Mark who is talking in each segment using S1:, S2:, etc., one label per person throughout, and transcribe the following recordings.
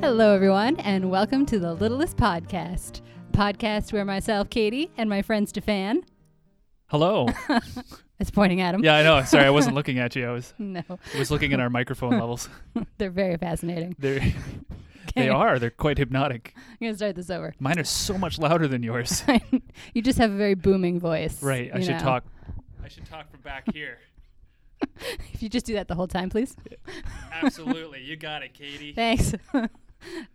S1: Hello, everyone, and welcome to the Littlest Podcast, a podcast where myself, Katie, and my friend Stefan
S2: Hello.
S1: is pointing at him.
S2: Yeah, I know. Sorry, I wasn't looking at you. I was
S1: No,
S2: I was looking at our microphone levels.
S1: they're very fascinating.
S2: They're,
S1: Okay,
S2: they are. They're quite hypnotic.
S1: I'm going to start this over.
S2: Mine are so much louder than yours.
S1: you just have a very booming voice.
S2: Right. I
S1: you
S2: should
S1: know.
S2: talk. I should talk from back here.
S1: If you just do that the whole time, please.
S2: Absolutely. You got it, Katie.
S1: Thanks.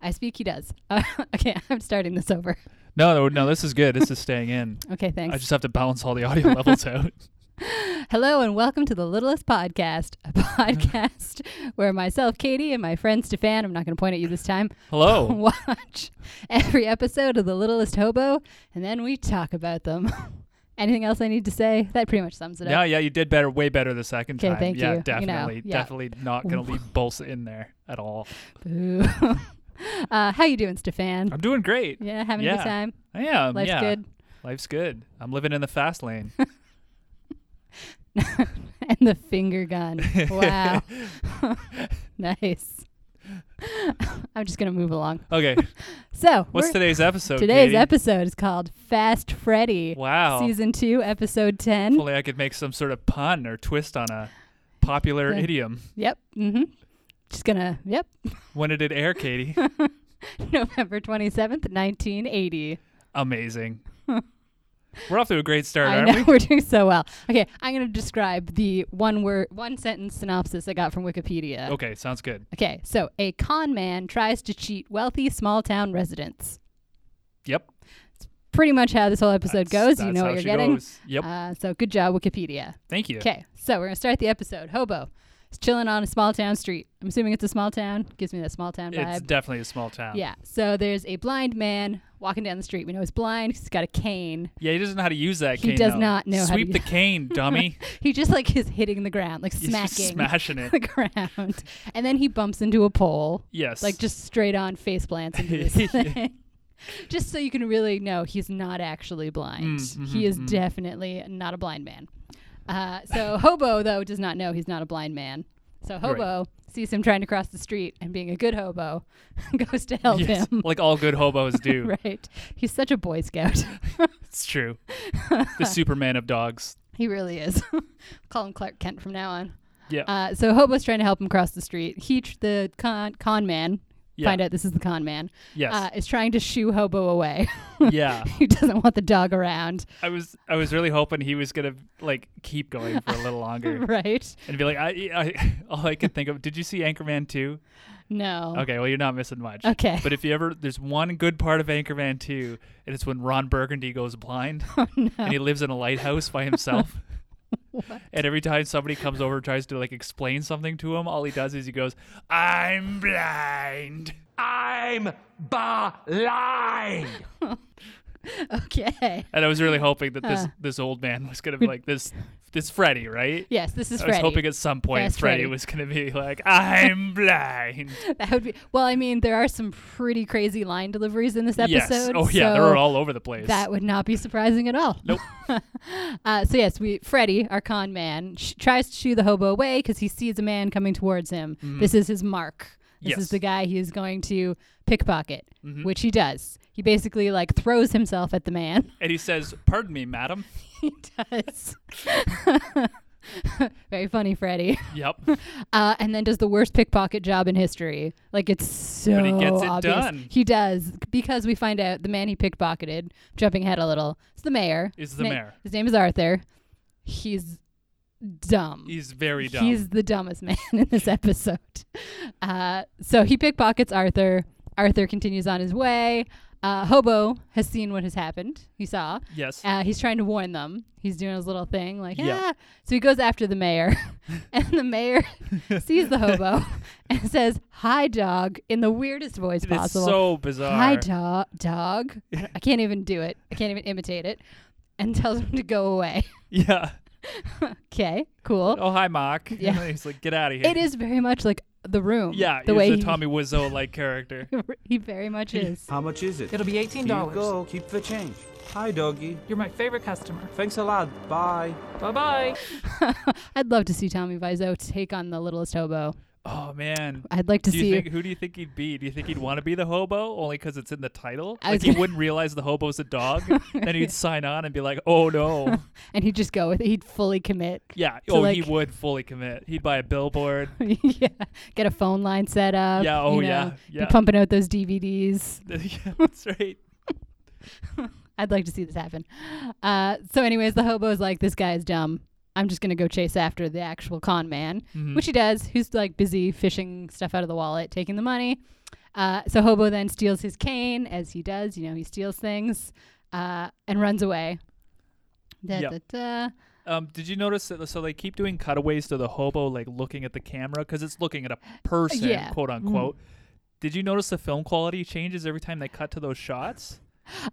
S1: I speak, he does. Uh, okay, I'm starting this over.
S2: No, no, no. This is good. This is staying in.
S1: Okay, thanks.
S2: I just have to balance all the audio levels out.
S1: Hello and welcome to the Littlest Podcast, a podcast where myself, Katie, and my friend Stefan, I'm not going to point at you this time,
S2: Hello.
S1: watch every episode of The Littlest Hobo and then we talk about them. Anything else I need to say? That pretty much sums it
S2: Yeah,
S1: up.
S2: yeah. You did better. Way better the second
S1: 'Kay,
S2: time.
S1: thank
S2: yeah,
S1: you. You know,
S2: definitely.
S1: yeah.
S2: Definitely not gonna leave Bolsa in there at all.
S1: Boo. uh, how you doing, Stefan?
S2: I'm doing great.
S1: Yeah, having a good
S2: yeah.
S1: time.
S2: I am.
S1: Life's
S2: yeah.
S1: good.
S2: Life's good. I'm living in the fast lane.
S1: and the finger gun. Wow. nice. I'm just going to move along.
S2: Okay.
S1: So,
S2: What's
S1: we're-
S2: today's episode?
S1: today's
S2: Katie?
S1: episode is called Fast Freddy.
S2: Wow.
S1: Season 2, Episode 10.
S2: If only I could make some sort of pun or twist on a popular
S1: Yeah.
S2: idiom.
S1: Yep. Mm-hmm. Just gonna. Yep.
S2: When did it air, Katie?
S1: November twenty seventh, nineteen eighty.
S2: Amazing. We're off to a great start,
S1: I
S2: aren't
S1: know
S2: we?
S1: we're doing so well. Okay, I'm gonna describe the one word, one sentence synopsis I got from Wikipedia.
S2: Okay, sounds good.
S1: Okay, so a con man tries to cheat wealthy small town residents.
S2: Yep.
S1: Pretty much how this whole episode
S2: That's-
S1: goes. You
S2: that's
S1: know
S2: how
S1: what you're
S2: she
S1: getting.
S2: goes. Yep.
S1: Uh, so good job, Wikipedia.
S2: Thank you.
S1: Okay, so we're gonna start the episode. Hobo is chilling on a small town street. I'm assuming it's a small town. Gives me that small town vibe.
S2: It's definitely a small town.
S1: uh, Yeah. So there's a blind man walking down the street. We know he's blind. He's got a cane.
S2: Yeah, he doesn't know how to use that
S1: He
S2: cane.
S1: does
S2: though.
S1: not know how to
S2: Sweep
S1: use-
S2: the cane, dummy.
S1: He just like is hitting the ground, like
S2: He's just
S1: smacking
S2: smashing it.
S1: the ground. And then he bumps into a pole,
S2: Yes.
S1: like just straight on face plants into this thing. Just so you can really know he's not actually blind.
S2: Mm, mhm,
S1: he is
S2: mm.
S1: definitely not a blind man. Uh, so Hobo, though, does not know he's not a blind man. So Hobo sees him trying to cross the street and being a good hobo goes to help
S2: Yes,
S1: him.
S2: Like all good hobos do.
S1: right. He's such a Boy Scout.
S2: It's true. The Superman of dogs.
S1: he really is. Call him Clark Kent from now on.
S2: Yeah.
S1: Uh, so Hobo's trying to help him cross the street. He, tr- the con, con man,
S2: Yeah.
S1: find out this is the con man,
S2: yes.
S1: uh, is trying to shoo Hobo away.
S2: yeah.
S1: he doesn't want the dog around,
S2: I was I was really hoping he was gonna like keep going for a little longer
S1: right?
S2: and be like I, I all I could think of. Did you see Anchorman two?
S1: No.
S2: Okay, well you're not missing much.
S1: Oh. Okay.
S2: But if you ever there's one good part of Anchorman two, and it's when Ron Burgundy goes blind and he lives in a lighthouse by himself. And every time somebody comes over and tries to like explain something to him, all he does is he goes, "I'm blind."
S3: I'm blind.
S1: Okay.
S2: And I was really hoping that this this old man was gonna be like this this Freddy, right?
S1: Yes, this is
S2: I was
S1: Freddy.
S2: hoping at some point
S1: Fast
S2: Freddy,
S1: Freddy.
S2: was going to be like, "I'm blind."
S1: that would be. Well, I mean, there are some pretty crazy line deliveries in this episode.
S2: yes. Oh yeah, they
S1: so
S2: were all over the place.
S1: That would not be surprising at all.
S2: Nope.
S1: Uh, so yes, we Freddy, our con man, sh- tries to shoo the hobo away because he sees a man coming towards him. This is his mark. This is
S2: Mm-hmm. Yes. Mm-hmm.
S1: the guy he is going to pickpocket, which he does. He basically like throws himself at the man.
S2: and he says, "Pardon me, madam."
S1: he does. Very funny, Freddy.
S2: Yep.
S1: Uh, and then does the worst pickpocket job in history. Like it's so
S2: But he gets it
S1: obvious.
S2: done.
S1: He does because we find out the man he pickpocketed. Jumping ahead a little, it's the mayor.
S2: Is the
S1: Na-
S2: mayor.
S1: His name is Arthur. He's dumb.
S2: He's very dumb.
S1: He's the dumbest man in this episode. Uh, so he pickpockets Arthur. Arthur continues on his way. Uh, Hobo has seen what has happened. He saw.
S2: yes.
S1: Uh, he's trying to warn them. He's doing his little thing, like yeah.
S2: Yeah.
S1: So he goes after the mayor, and the mayor sees the hobo and says, "Hi, dog," in the weirdest voice
S2: it's
S1: possible.
S2: so bizarre.
S1: Hi, do- dog. I can't even do it. I can't even imitate it. And tells him to go away.
S2: yeah.
S1: Okay, cool.
S2: Oh, hi, Mark.
S1: Yeah.
S2: And then he's like, "Get out of here."
S1: It is very much like the room.
S2: Yeah,
S1: the
S2: he's
S1: way
S2: a
S1: he,
S2: Tommy Wiseau like character.
S1: he very much is.
S4: How much is it?
S3: It'll be $18.
S4: Here you go. Keep the change. Hi, doggy.
S3: You're my favorite customer.
S4: Thanks a lot. Bye.
S3: Bye bye.
S1: I'd love to see Tommy Wiseau take on the littlest hobo.
S2: Oh man.
S1: I'd like to
S2: do you
S1: see.
S2: think who do you think he'd be? Do you think he'd want to be the hobo only because it's in the title?
S1: I
S2: Like
S1: was
S2: he
S1: gonna-
S2: wouldn't realize the hobo's a dog, then he'd sign on and be like, "Oh no,
S1: and he'd just go with it. He'd fully commit.
S2: yeah,
S1: So,
S2: oh he
S1: like-
S2: would fully commit. He'd buy a billboard.
S1: yeah. Get a phone line set up.
S2: Yeah,
S1: you
S2: oh,
S1: know,
S2: yeah,
S1: be
S2: yeah.
S1: pumping out those DVDs.
S2: yeah, that's right.
S1: I'd like to see this happen. Uh, so, anyways, the hobo's like, this guy is dumb. I'm just going to go chase after the actual con man,
S2: Mm-hmm.
S1: which he does, who's like busy fishing stuff out of the wallet, taking the money. Uh, so, Hobo then steals his cane, as he does. You know, he steals things uh, and runs away. Da,
S2: Yep.
S1: da, da.
S2: Um, did you notice that? So they keep doing cutaways to the hobo, like looking at the camera because it's looking at a person,
S1: Yeah. Mm-hmm.
S2: quote unquote. Did you notice the film quality changes every time they cut to those shots?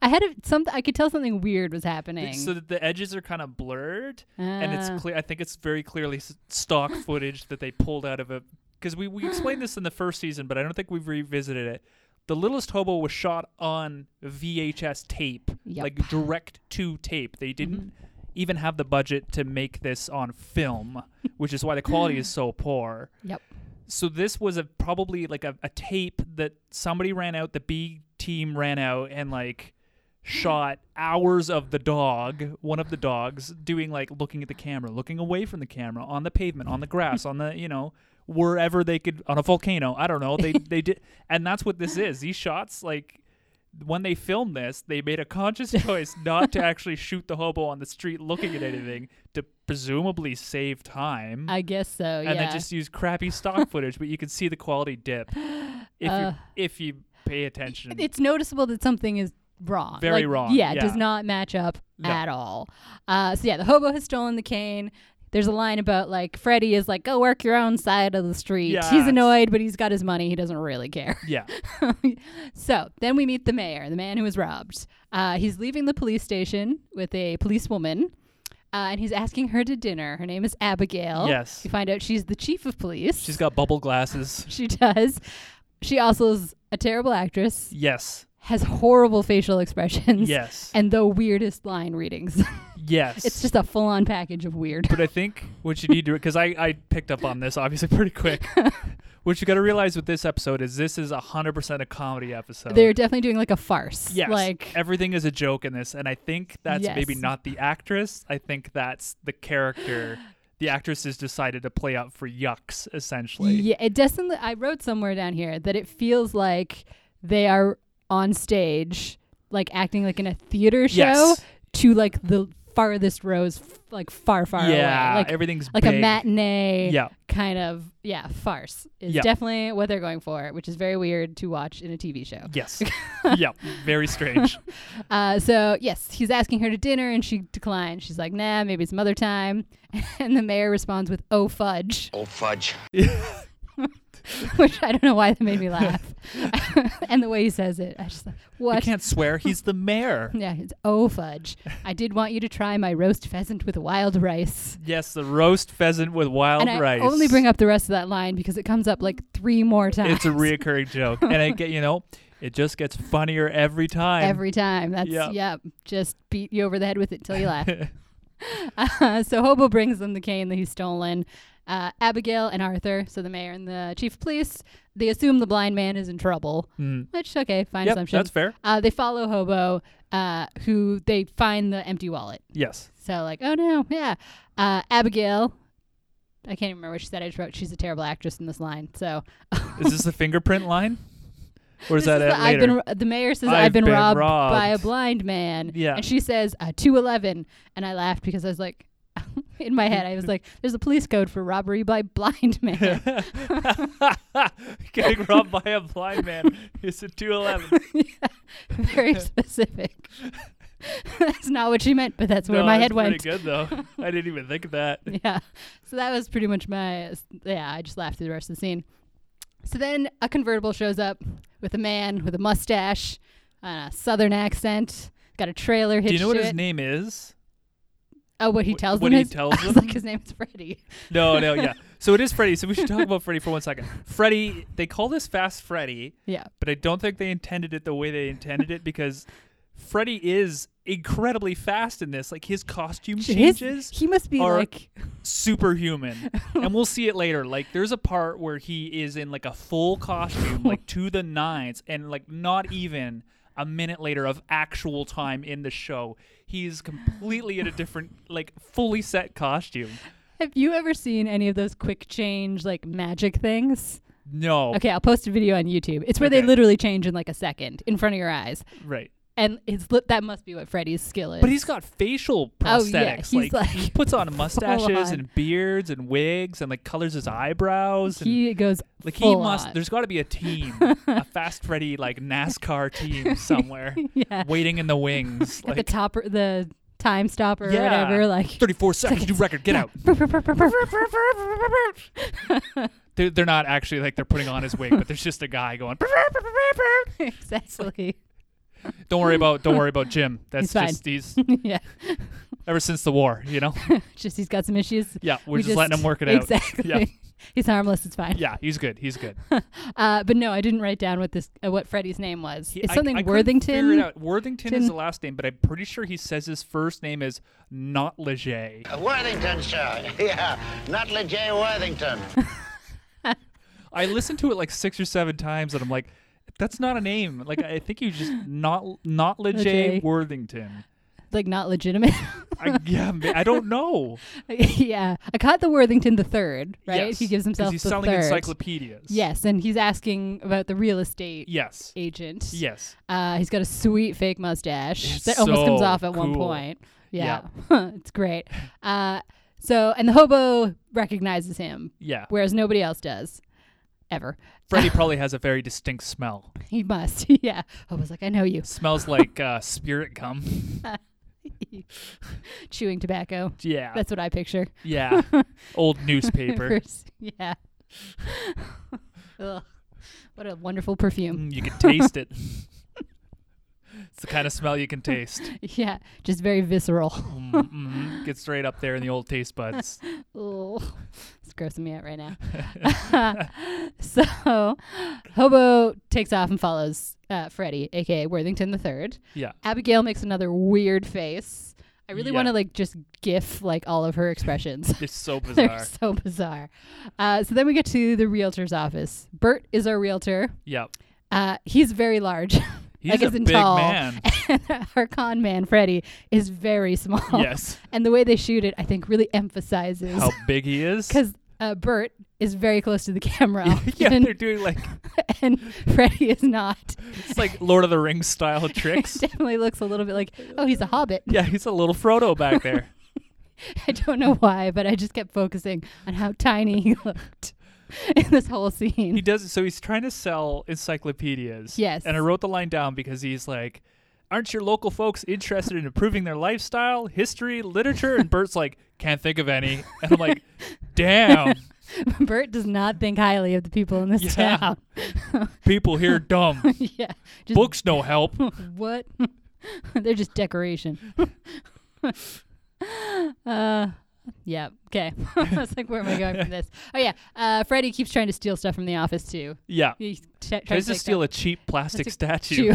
S1: I had a, some, I could tell something weird was happening.
S2: So that the edges are kind of blurred, and
S1: Ah.
S2: it's clear. I think it's very clearly s- stock footage that they pulled out of a. Because we we explained this in the first season, but I don't think we've revisited it. The Littlest Hobo was shot on VHS tape,
S1: Yep.
S2: like direct to tape. They didn't even have the budget to make this on film, which is why the quality is so poor.
S1: Yep.
S2: So this was a probably like a, a tape that somebody ran out, the B team ran out and like shot hours of the dog, one of the dogs, doing like looking at the camera, looking away from the camera, on the pavement, on the grass, on the you know, wherever they could on a volcano. I don't know. They they did and that's what this is. These shots like when they filmed this, they made a conscious choice not to actually shoot the hobo on the street looking at anything to presumably save time
S1: I guess so.
S2: and
S1: yeah.
S2: then just use crappy stock footage, but you can see the quality dip if
S1: Uh,
S2: you if you pay attention.
S1: it's noticeable that something is wrong.
S2: Very
S1: Like,
S2: wrong,
S1: Yeah, it does
S2: yeah.
S1: not match up
S2: No.
S1: at all. Uh, so yeah, the hobo has stolen the cane. There's a line about like Freddy is like, go work your own side of the street. He's
S2: Yes.
S1: annoyed, but he's got his money. He doesn't really care.
S2: yeah,
S1: so then we meet the mayor, the man who was robbed. Uh, he's leaving the police station with a policewoman. Uh, and he's asking her to dinner. Her name is Abigail.
S2: Yes.
S1: You find out she's the chief of police.
S2: she's got bubble glasses.
S1: she does. She also is a terrible actress
S2: Yes,
S1: has horrible facial expressions
S2: yes,
S1: and the weirdest line readings.
S2: yes.
S1: it's just a full on package of weird.
S2: But I think what you need to because I I picked up on this obviously pretty quick. what you got to realize with this episode is this is hundred percent a comedy episode.
S1: They're definitely doing like a farce.
S2: Yes,
S1: Like
S2: everything is a joke in this, and I think that's maybe
S1: Yes.
S2: not the actress. I think that's the character. The actress has decided to play up for yucks, essentially.
S1: yeah, it definitely I wrote somewhere down here that it feels like they are on stage like acting like in a theater show
S2: Yes.
S1: to like the farthest rows f- like far far
S2: yeah,
S1: away. Like
S2: everything's
S1: like
S2: big.
S1: a matinee
S2: Yeah.
S1: kind of yeah, farce is
S2: Yeah.
S1: definitely what they're going for, which is very weird to watch in a TV show.
S2: Yes. yeah. Very strange.
S1: Uh, so yes, he's asking her to dinner, and she declines. She's like, "Nah, maybe some other time." And the mayor responds with "Oh fudge,"
S5: Oh, fudge.
S1: which I don't know why that made me laugh. and the way he says it, I just like,
S2: I
S1: "What?"
S2: can't swear. He's the mayor.
S1: Yeah, it's "Oh fudge." I did want you to try my roast pheasant with wild rice.
S2: Yes, the roast pheasant with wild
S1: and
S2: rice.
S1: I only bring up the rest of that line because it comes up like three more times.
S2: It's a reoccurring joke, and I get you know, it just gets funnier every time.
S1: every time. That's
S2: Yeah.
S1: yep. Just beat you over the head with it till you laugh. uh, so Hobo brings them the cane that he's stolen. Uh, Abigail and Arthur, so the mayor and the chief of police, they assume the blind man is in trouble. Which okay, fine
S2: Mm. Yep,
S1: assumption.
S2: that's fair.
S1: Uh, they follow Hobo, uh, who they find the empty wallet.
S2: Yes.
S1: So like, oh no, yeah. Uh, Abigail, I can't even remember what she said. I just wrote she's a terrible actress in this line. So
S2: Is this the fingerprint line, or is
S1: This
S2: that
S1: is
S2: it
S1: the,
S2: later?
S1: I've been, ro- the mayor says I've,
S2: I've
S1: been,
S2: been
S1: robbed,
S2: robbed.
S1: by a blind man.
S2: Yeah.
S1: And she says uh, 211. And I laughed because I was like, in my head, I was like, there's a police code for robbery by blind man.
S2: Getting robbed by a blind man is a two eleven.
S1: Very specific. that's not what she meant, but that's where
S2: no,
S1: my
S2: that's
S1: head went.
S2: Pretty good though. I didn't even think of that.
S1: yeah. So that was pretty much my yeah. I just laughed through the rest of the scene. So then a convertible shows up with a man with a mustache, and a southern accent, got a trailer hitched
S2: Do you know what
S1: to
S2: his
S1: it.
S2: name is?
S1: Oh, what he
S2: Wh-
S1: tells
S2: what
S1: them
S2: he
S1: is-
S2: tells
S1: I was
S2: them?
S1: like, his name is Freddy.
S2: No, no, yeah. So it is Freddy. So we should talk about Freddy for one second. Freddy, they call this Fast Freddy,
S1: Yeah.
S2: but I don't think they intended it the way they intended it because Freddy is incredibly fast in this. Like his costume
S1: His-
S2: changes
S1: he must be
S2: are-
S1: like
S2: superhuman. and we'll see it later. Like there's a part where he is in like a full costume, like to the nines, and like not even a minute later of actual time in the show, he's completely in a different, like fully set costume.
S1: Have you ever seen any of those quick change like magic things?
S2: No,
S1: Okay, I'll post a video on YouTube. It's where they
S2: Okay.
S1: literally change in like a second in front of your eyes,
S2: right.
S1: and it's li- that must be what Freddy's skill is.
S2: But he's got facial
S1: Oh,
S2: prosthetics.
S1: yeah, he's
S2: like,
S1: like
S2: he puts on mustaches
S1: on.
S2: and beards and wigs and like colors his eyebrows. And,
S1: he goes
S2: like he
S1: full
S2: must.
S1: on.
S2: There's got to be a team, a Fast Freddy like NASCAR team somewhere,
S1: Yeah.
S2: waiting in the wings.
S1: At the
S2: Like
S1: topper, the time stopper or
S2: yeah,
S1: whatever. Like
S2: 34 seconds, new record. Get out. They're, they're not actually like they're putting on his wig, but there's just a guy going.
S1: exactly.
S2: Don't worry about. Don't worry about Jim.
S1: He's
S2: That's
S1: fine.
S2: just he's
S1: yeah,
S2: ever since the war. You know.
S1: just he's got some issues.
S2: Yeah, we're
S1: We
S2: just, letting him work it out.
S1: Exactly.
S2: Yeah.
S1: He's harmless. It's fine.
S2: Yeah, he's good. He's good.
S1: Uh, but no, I didn't write down what this uh, what Freddie's name was.
S2: He-
S1: it's
S2: I-
S1: something
S2: I couldn't Figure
S1: Worthington.
S2: it out. Worthington is
S1: Tin-
S2: the last name, but I'm pretty sure he says his first name is not Leger.
S5: Worthingtonshire. Yeah, not Leger Worthington.
S2: I listened to it like six or seven times, and I'm like, that's not a name. Like I think you just not not Leger
S1: Leger.
S2: Worthington.
S1: Like not legitimate.
S2: I, yeah, ma- I don't know.
S1: yeah, I caught the Worthington the third. Right,
S2: Yes,
S1: he
S2: 'cause
S1: gives himself
S2: He's
S1: the
S2: selling
S1: third.
S2: encyclopedias.
S1: Yes, and he's asking about the real estate
S2: Yes.
S1: agent.
S2: Yes.
S1: Uh, he's got a sweet fake mustache
S2: It's
S1: that almost comes
S2: so
S1: off at one
S2: cool.
S1: point. Yeah, it's great. Uh, so and the hobo recognizes him,
S2: Yeah.
S1: whereas nobody else does, ever.
S2: Freddie probably has a very distinct smell.
S1: He must. yeah, hobo's like I know you,
S2: Smells like uh, spirit gum.
S1: chewing tobacco.
S2: Yeah.
S1: That's what I picture.
S2: yeah. Old newspaper.
S1: First- yeah. Ugh. What a wonderful perfume.
S2: Mm, you can taste it. it's the kind of smell you can taste.
S1: Yeah, just very visceral.
S2: Mm-mm. Get straight up there in the old taste buds.
S1: Ugh. It's grossing me out right now. so, Hobo takes off and follows uh, Freddy, aka Worthington the Third.
S2: Yeah.
S1: Abigail makes another weird face. I really
S2: Yeah.
S1: want to like just gif like all of her expressions.
S2: It's so
S1: They're
S2: bizarre.
S1: so bizarre. Uh, so then we get to the realtor's office. Bert is our realtor.
S2: yeah.
S1: Uh, he's very large.
S2: He's
S1: I guess
S2: a
S1: in
S2: big
S1: tall.
S2: man.
S1: And our con man Freddy is very small.
S2: yes.
S1: And the way they shoot it, I think, really emphasizes
S2: How big he is.
S1: because uh, Bert is very close to the camera,
S2: yeah,
S1: and,
S2: they're doing like
S1: and Freddy is not.
S2: it's like Lord of the Rings style
S1: It
S2: tricks.
S1: definitely looks a little bit like, oh, he's a hobbit.
S2: Yeah, he's a little Frodo back there.
S1: I don't know why, but I just kept focusing on how tiny he looked in this whole scene.
S2: He does so he's trying to sell encyclopedias.
S1: Yes.
S2: And I wrote the line down because he's like, Aren't your local folks interested in improving their lifestyle, history, literature? And Bert's like, Can't think of any. And I'm like, Damn,
S1: Bert does not think highly of the people in this
S2: Yeah.
S1: town.
S2: people here dumb.
S1: yeah, just
S2: Books no help.
S1: what? They're just decoration. uh, yeah. Okay. I was like, where am I going from this? Oh yeah. Uh, Freddy keeps trying to steal stuff from the office too.
S2: Yeah.
S1: He t- tries
S2: Tries
S1: to
S2: to
S1: take
S2: steal
S1: stuff.
S2: a cheap plastic statue.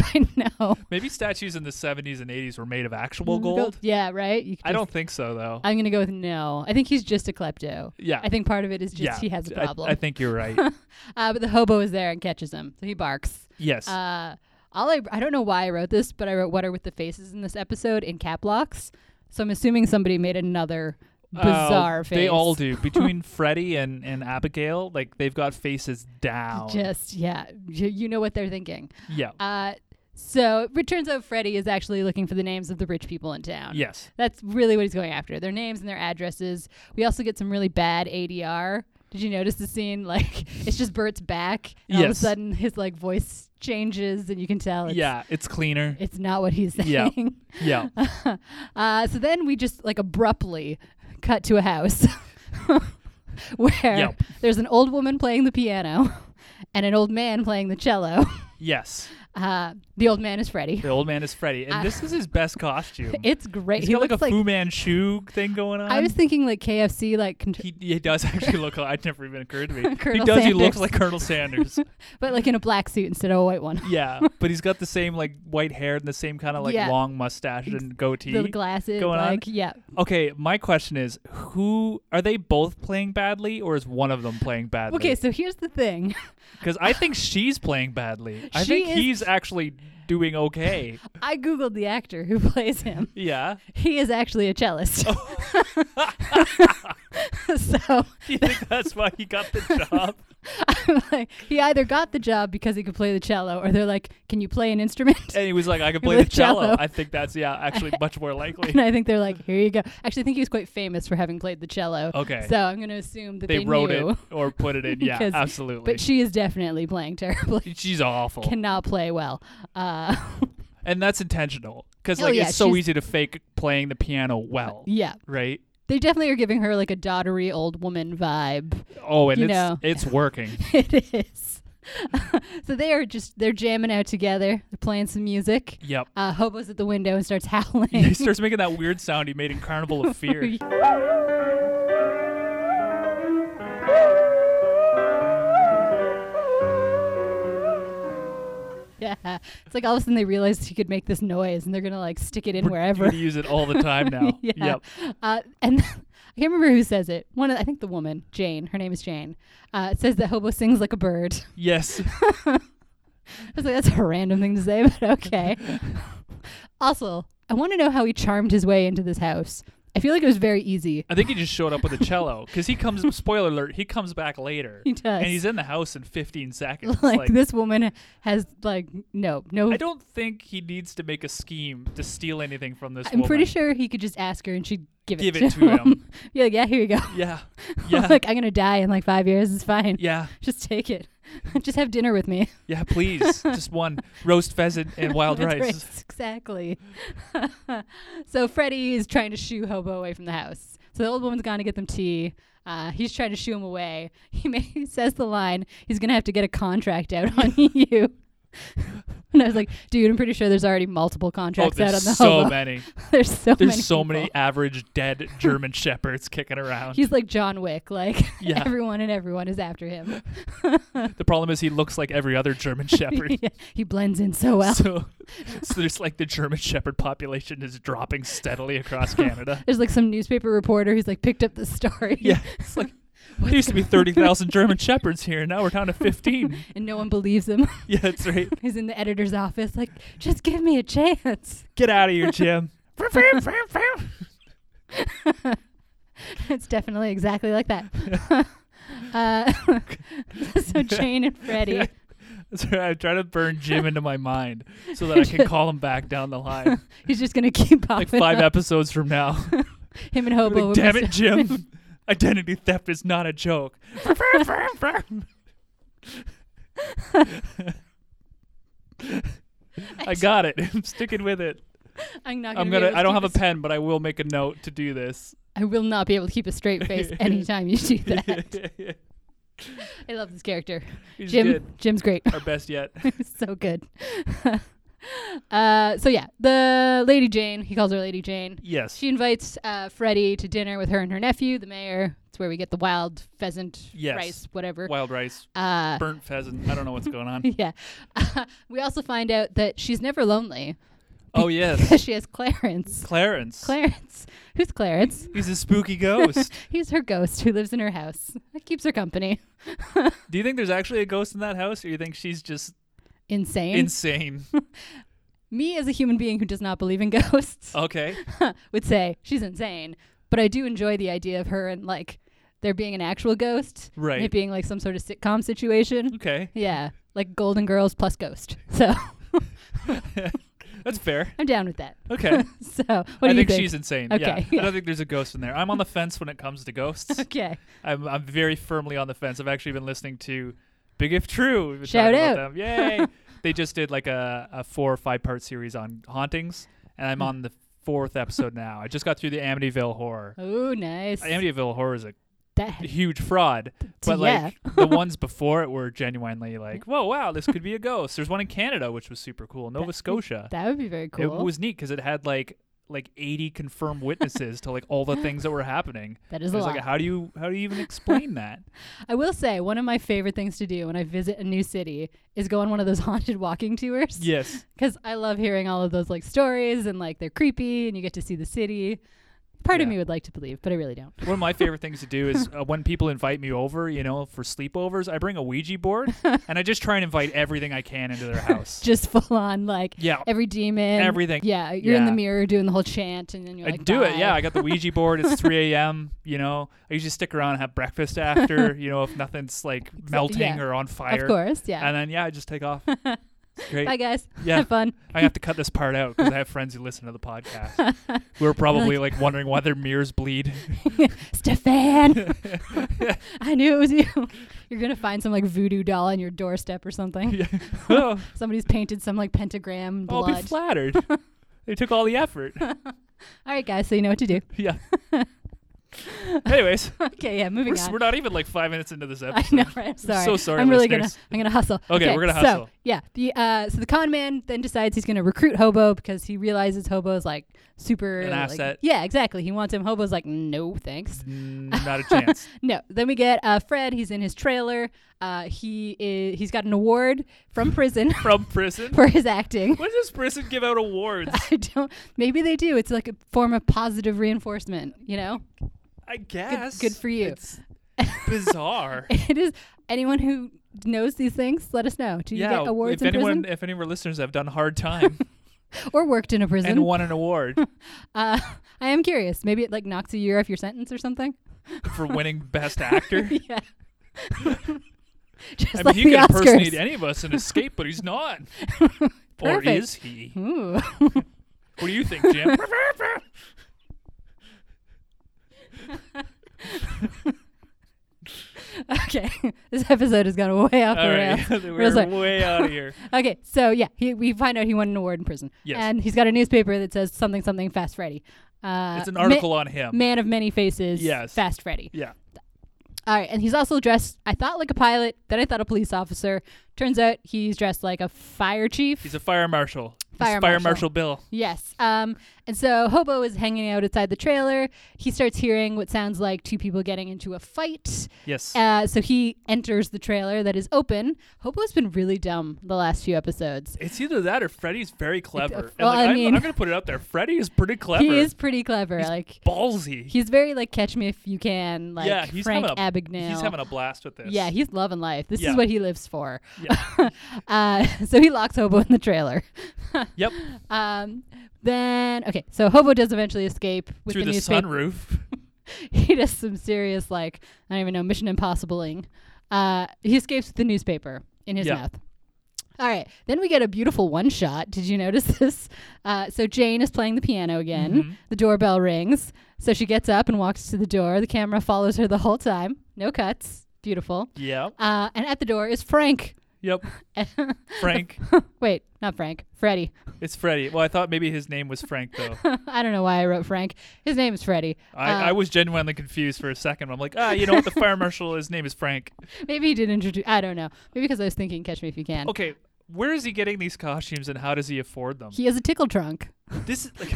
S1: Shoe, I know.
S2: Maybe statues in the 70s and 80s were made of actual gold.
S1: Yeah. Right. You could
S2: I
S1: Mm, just-
S2: don't think so, though.
S1: I'm gonna go with no. I think he's just a klepto.
S2: Yeah.
S1: I think part of it is just
S2: yeah,
S1: he has a
S2: I-
S1: problem.
S2: I, think you're right.
S1: uh, but the hobo is there and catches him, so he barks.
S2: yes.
S1: Uh, all I, I don't know why I wrote this, but I wrote "What are with the faces in this episode" in cap locks. So I'm assuming somebody made another
S2: Oh,
S1: bizarre face.
S2: They all do. Between Freddie and, and Abigail, like they've got faces down.
S1: Just yeah, you, you know what they're thinking.
S2: yeah.
S1: Uh, so it turns out Freddy is actually looking for the names of the rich people in town.
S2: yes.
S1: that's really what he's going after: their names and their addresses. We also get some really bad ADR. Did you notice the scene? Like it's just Bert's back, and all of a
S2: Yes.
S1: sudden his like voice changes, and you can tell it's,
S2: yeah, it's cleaner.
S1: it's not what he's
S2: Yeah.
S1: saying.
S2: yeah.
S1: Uh, so then we just like abruptly cut to a house where
S2: Yep.
S1: there's an old woman playing the piano and an old man playing the cello.
S2: Yes.
S1: Uh, the old man is Freddy.
S2: The old man is Freddy, and this is his best costume.
S1: It's great.
S2: He's
S1: he
S2: got like a
S1: looks like
S2: Fu Manchu thing going on.
S1: I was thinking like KFC, like con-
S2: he, he does actually look. like- It never even occurred to me. he
S1: Colonel
S2: does. He looks
S1: Sanders.
S2: like Colonel Sanders.
S1: but like in a black suit instead of a white one.
S2: yeah, but he's got the same like white hair and the same kind of like
S1: Yeah.
S2: long mustache and goatee.
S1: the glasses,
S2: going on?
S1: like yeah.
S2: Okay, my question is, who are they both playing badly, or is one of them playing badly?
S1: Okay, so here's the thing.
S2: because I think she's playing badly. I
S1: She
S2: think
S1: is-
S2: he's actually doing okay.
S1: I googled the actor who plays him.
S2: yeah,
S1: He is actually a cellist.
S2: Oh.
S1: so
S2: you think that's why he got the job?
S1: I'm like, he either got the job because he could play the cello, or they're like, "Can you play an instrument?"
S2: And he was like, I can play the
S1: With
S2: cello.
S1: cello.
S2: I think that's yeah, actually much more likely.
S1: And I think they're like, "Here you go." Actually, I think he was quite famous for having played the cello.
S2: Okay.
S1: So I'm going to assume that
S2: they
S1: they,
S2: wrote
S1: knew.
S2: it or put it in. Yeah,
S1: 'Cause-
S2: absolutely.
S1: But she is definitely playing terribly.
S2: she's awful,
S1: Cannot play well. Uh,
S2: and that's intentional because
S1: Oh,
S2: like
S1: yeah,
S2: it's so
S1: she's- Uh,
S2: easy to fake playing the piano well,
S1: yeah.
S2: right?
S1: They definitely are giving her like a doddery old woman vibe.
S2: Oh, and
S1: You
S2: it's
S1: know.
S2: it's working.
S1: it is. so they are just they're jamming out together. They're playing some music.
S2: Yep.
S1: Uh, Hobo's at the window and starts howling.
S2: he starts making that weird sound he made in Carnival of Fear.
S1: yeah. It's like all of a sudden they realize he could make this noise and they're gonna like stick it in wherever.
S2: We use it all the time now.
S1: yeah.
S2: Yep.
S1: Uh, and I can't remember who says it. One, of, I think the woman, Jane. Her name is Jane. Uh, it says that hobo sings like a bird.
S2: Yes.
S1: I was like, that's a random thing to say, but okay. also, I want to know how he charmed his way into this house. I feel like it was very easy.
S2: I think he just showed up with a cello because he comes. Spoiler alert: he comes back later.
S1: He does.
S2: and he's in the house in 15 seconds.
S1: Like, this woman has like no no.
S2: I don't think he needs to make a scheme to steal anything from this.
S1: I'm pretty
S2: woman.
S1: sure he could just ask her and she'd give,
S2: Give
S1: it, to him. Be like, yeah, here you go.
S2: Yeah. Yeah.
S1: like I'm gonna die in like five years. It's fine.
S2: yeah.
S1: Just take it. just have dinner with me.
S2: Yeah. Please, just one roast pheasant and wild
S1: That's
S2: rice.
S1: right, Exactly. so Freddy is trying to shoo Hobo away from the house. So the old woman's gone to get them tea. Uh, he's trying to shoo him away. He, may, he says the line, he's going to have to get a contract out on you. and I was like, dude, I'm pretty sure there's already multiple
S2: Oh,
S1: contracts out on
S2: there's
S1: the
S2: so
S1: Hobo.
S2: many.
S1: there's so
S2: There's
S1: many.
S2: so
S1: people.
S2: many average dead German shepherds kicking around.
S1: He's like John Wick. Like
S2: Yeah.
S1: everyone and everyone is after him.
S2: the problem is he looks like every other German shepherd.
S1: he blends in so well.
S2: So, so there's like the German shepherd population is dropping steadily across Canada.
S1: There's like some newspaper reporter who's like picked up the story.
S2: Yeah, it's like there used to be thirty thousand German shepherds here. Now we're down to fifteen.
S1: and no one believes him.
S2: Yeah, that's right.
S1: He's in the editor's office, like, just give me a chance.
S2: Get out of here, Jim.
S1: it's definitely exactly like that. uh, so Jane and Freddie,
S2: That's right. I try to burn Jim into my mind so that I can call him back down the line,
S1: he's just gonna keep
S2: like
S1: popping
S2: five
S1: up.
S2: episodes from now.
S1: Him and Hobo.
S2: Like,
S1: will be
S2: damn
S1: so-
S2: it, Jim. Identity theft is not a joke. I got it. I'm sticking with it.
S1: I'm not. Gonna
S2: I'm
S1: be
S2: gonna.
S1: able to
S2: I don't
S1: keep
S2: have a
S1: a s-
S2: pen, but I will make a note to do this.
S1: I will not be able to keep a straight face anytime you do that. I love this character.
S2: He's
S1: Jim.
S2: good.
S1: Jim's great.
S2: Our best yet.
S1: so good. uh, so yeah, the Lady Jane. He calls her Lady Jane.
S2: Yes.
S1: She invites uh, Freddie to dinner with her and her nephew, the mayor. It's where we get the wild pheasant,
S2: Yes.
S1: rice, whatever.
S2: Wild rice,
S1: Uh,
S2: burnt pheasant. I don't know what's going on.
S1: yeah. we also find out that she's never lonely
S2: Oh yes,
S1: she has Clarence.
S2: Clarence.
S1: Clarence. Who's Clarence?
S2: He's a spooky ghost.
S1: He's her ghost who lives in her house. That keeps her company.
S2: Do you think there's actually a ghost in that house, or you think she's just
S1: Insane.
S2: insane?
S1: Me, as a human being who does not believe in ghosts,
S2: Okay.
S1: would say she's insane. But I do enjoy the idea of her and like there being an actual ghost, and
S2: Right.
S1: It being like some sort of sitcom situation.
S2: Okay.
S1: Yeah, like Golden Girls plus Ghost. So
S2: That's fair.
S1: I'm down with that.
S2: Okay.
S1: So what
S2: I
S1: do you
S2: think,
S1: think?
S2: she's insane. yeah.
S1: Okay, yeah.
S2: I don't think there's a ghost in there. I'm on the fence when it comes to ghosts.
S1: okay.
S2: I'm I'm very firmly on the fence. I've actually been listening to Big If True. We've been
S1: Shout
S2: talking about
S1: out.
S2: them. Yay! they just did like a, a four or five part series on hauntings, and
S1: Hmm.
S2: I'm on the fourth episode now. I just got through the Amityville horror.
S1: Oh, nice.
S2: Amityville horror is a
S1: that
S2: huge fraud. But
S1: yeah.
S2: like the ones before it were genuinely like, whoa, wow, this could be a ghost. There's one in Canada which was super cool, Nova Scotia.
S1: that would be very cool.
S2: It was neat because it had like like 80 confirmed witnesses to like all the things that were happening.
S1: That is
S2: It
S1: a
S2: was like,
S1: lot.
S2: how do you how do you even explain that?
S1: I will say one of my favorite things to do when I visit a new city is go on one of those haunted walking tours.
S2: Yes.
S1: because I love hearing all of those like stories and like they're creepy and you get to see the city. Part of
S2: Yeah.
S1: me would like to believe, but I really don't.
S2: One of my favorite things to do is uh, when people invite me over, you know, for sleepovers, I bring a Ouija board and I just try and invite everything I can into their house.
S1: Just full on like
S2: Yeah.
S1: every demon,
S2: Everything.
S1: Yeah, you're in the
S2: Yeah.
S1: mirror doing the whole chant, and then you're
S2: I
S1: like,
S2: do it.
S1: "Bye."
S2: Yeah, I got the Ouija board. It's 3 a.m. You know, I usually stick around and have breakfast after. You know, if nothing's like melting
S1: yeah.
S2: or on fire.
S1: of course, yeah.
S2: And then yeah, I just take off. It's Great.
S1: Bye guys,
S2: Yeah.
S1: have fun.
S2: I have to cut this part out because I have friends who listen to the podcast who are probably like wondering why their mirrors bleed.
S1: Stefan, I knew it was you. You're gonna find some like voodoo doll on your doorstep or something.
S2: Yeah. oh,
S1: Somebody's painted some like pentagram
S2: I'll
S1: blood.
S2: be flattered. They took all the effort.
S1: All right, guys, so you know what to do.
S2: Yeah. Anyways,
S1: okay, yeah,
S2: we're,
S1: moving
S2: s-
S1: on.
S2: we're not even like five minutes into this episode.
S1: I know. Right? I'm sorry.
S2: so sorry,
S1: I'm really gonna.
S2: listeners.
S1: I'm gonna hustle.
S2: Okay, we're gonna
S1: So
S2: hustle.
S1: yeah, the uh, so the con man then decides he's gonna recruit Hobo because he realizes Hobo's like super
S2: An
S1: like-
S2: asset.
S1: Yeah, exactly. He wants him. Hobo's like, no, thanks.
S2: Mm, Not a chance.
S1: No. Then we get uh, Fred. He's in his trailer. Uh, he is. He's got an award from prison
S2: From prison.
S1: for his acting.
S2: When does prison give out awards?
S1: I don't. Maybe they do. It's like a form of positive reinforcement. You know,
S2: I guess.
S1: good for you.
S2: It's bizarre.
S1: it is. Anyone who knows these things, let us know. Do you
S2: yeah.
S1: get awards
S2: if
S1: in
S2: anyone,
S1: prison
S2: if any of our listeners have done hard time
S1: or worked in a prison?
S2: and won an award
S1: Uh, I am curious. Maybe it like knocks a year off your sentence or something.
S2: for winning best actor.
S1: yeah. Just
S2: I mean,
S1: like
S2: you
S1: the
S2: can impersonate
S1: Oscars.
S2: any of us and escape, but he's not. or
S1: Perfect.
S2: is he?
S1: Ooh.
S2: What do you think, Jim?
S1: okay. this episode has gone way off
S2: All
S1: the
S2: right,
S1: rails.
S2: we're
S1: Real sorry.
S2: way out of here.
S1: Okay, so yeah, he, we find out he won an award in prison.
S2: Yes.
S1: And he's got a newspaper that says something something Fast Freddy. Uh,
S2: It's an
S1: ma-
S2: article on him.
S1: Man of many faces.
S2: Yes.
S1: Fast Freddy.
S2: Yeah.
S1: All right, and he's also dressed. I thought like a pilot, then I thought a police officer. Turns out he's dressed like a fire chief.
S2: He's a fire marshal. He's
S1: Fire
S2: fire
S1: marshal.
S2: marshal Bill.
S1: Yes. Um, and so Hobo is hanging out outside the trailer. He starts hearing what sounds like two people getting into a fight.
S2: Yes.
S1: Uh, so he enters the trailer that is open. Hobo's been really dumb the last few episodes.
S2: it's either that or Freddy's very clever.
S1: well,
S2: and
S1: I
S2: like,
S1: mean-
S2: am I'm gonna put it out there. Freddy is pretty clever.
S1: He is pretty clever. like
S2: ballsy.
S1: he's very like catch me if you can. Like
S2: yeah, he's
S1: Frank
S2: having a
S1: Abagnale.
S2: he's having a blast with this.
S1: yeah, he's loving life. This
S2: Yeah.
S1: is what he lives for.
S2: Yeah.
S1: uh, so he locks Hobo in the trailer.
S2: yep.
S1: um, then okay, so Hobo does eventually escape with
S2: Through
S1: the
S2: the,
S1: newspaper.
S2: sunroof.
S1: he does some serious like I don't even know Mission Impossibleing. Uh, he escapes with the newspaper in his
S2: Yeah.
S1: mouth. All right, then we get a beautiful one shot. Did you notice this? Uh, so Jane is playing the piano again. The doorbell rings, so she gets up and walks to the door. The camera follows her the whole time. No cuts. Beautiful.
S2: Yep.
S1: Uh, and at the door is Frank.
S2: Yep. Frank.
S1: Wait, not Frank. Freddy.
S2: It's Freddy. Well, I thought maybe his name was Frank though.
S1: I don't know why I wrote Frank. His name is Freddy.
S2: I,
S1: Uh,
S2: I was genuinely confused for a second. I'm like, ah, you know what? The fire marshal, his name is Frank.
S1: Maybe he did introduce. I don't know. Maybe because I was thinking Catch Me If You Can.
S2: Okay, where is he getting these costumes and how does he afford them?
S1: He has a tickle trunk.
S2: this is like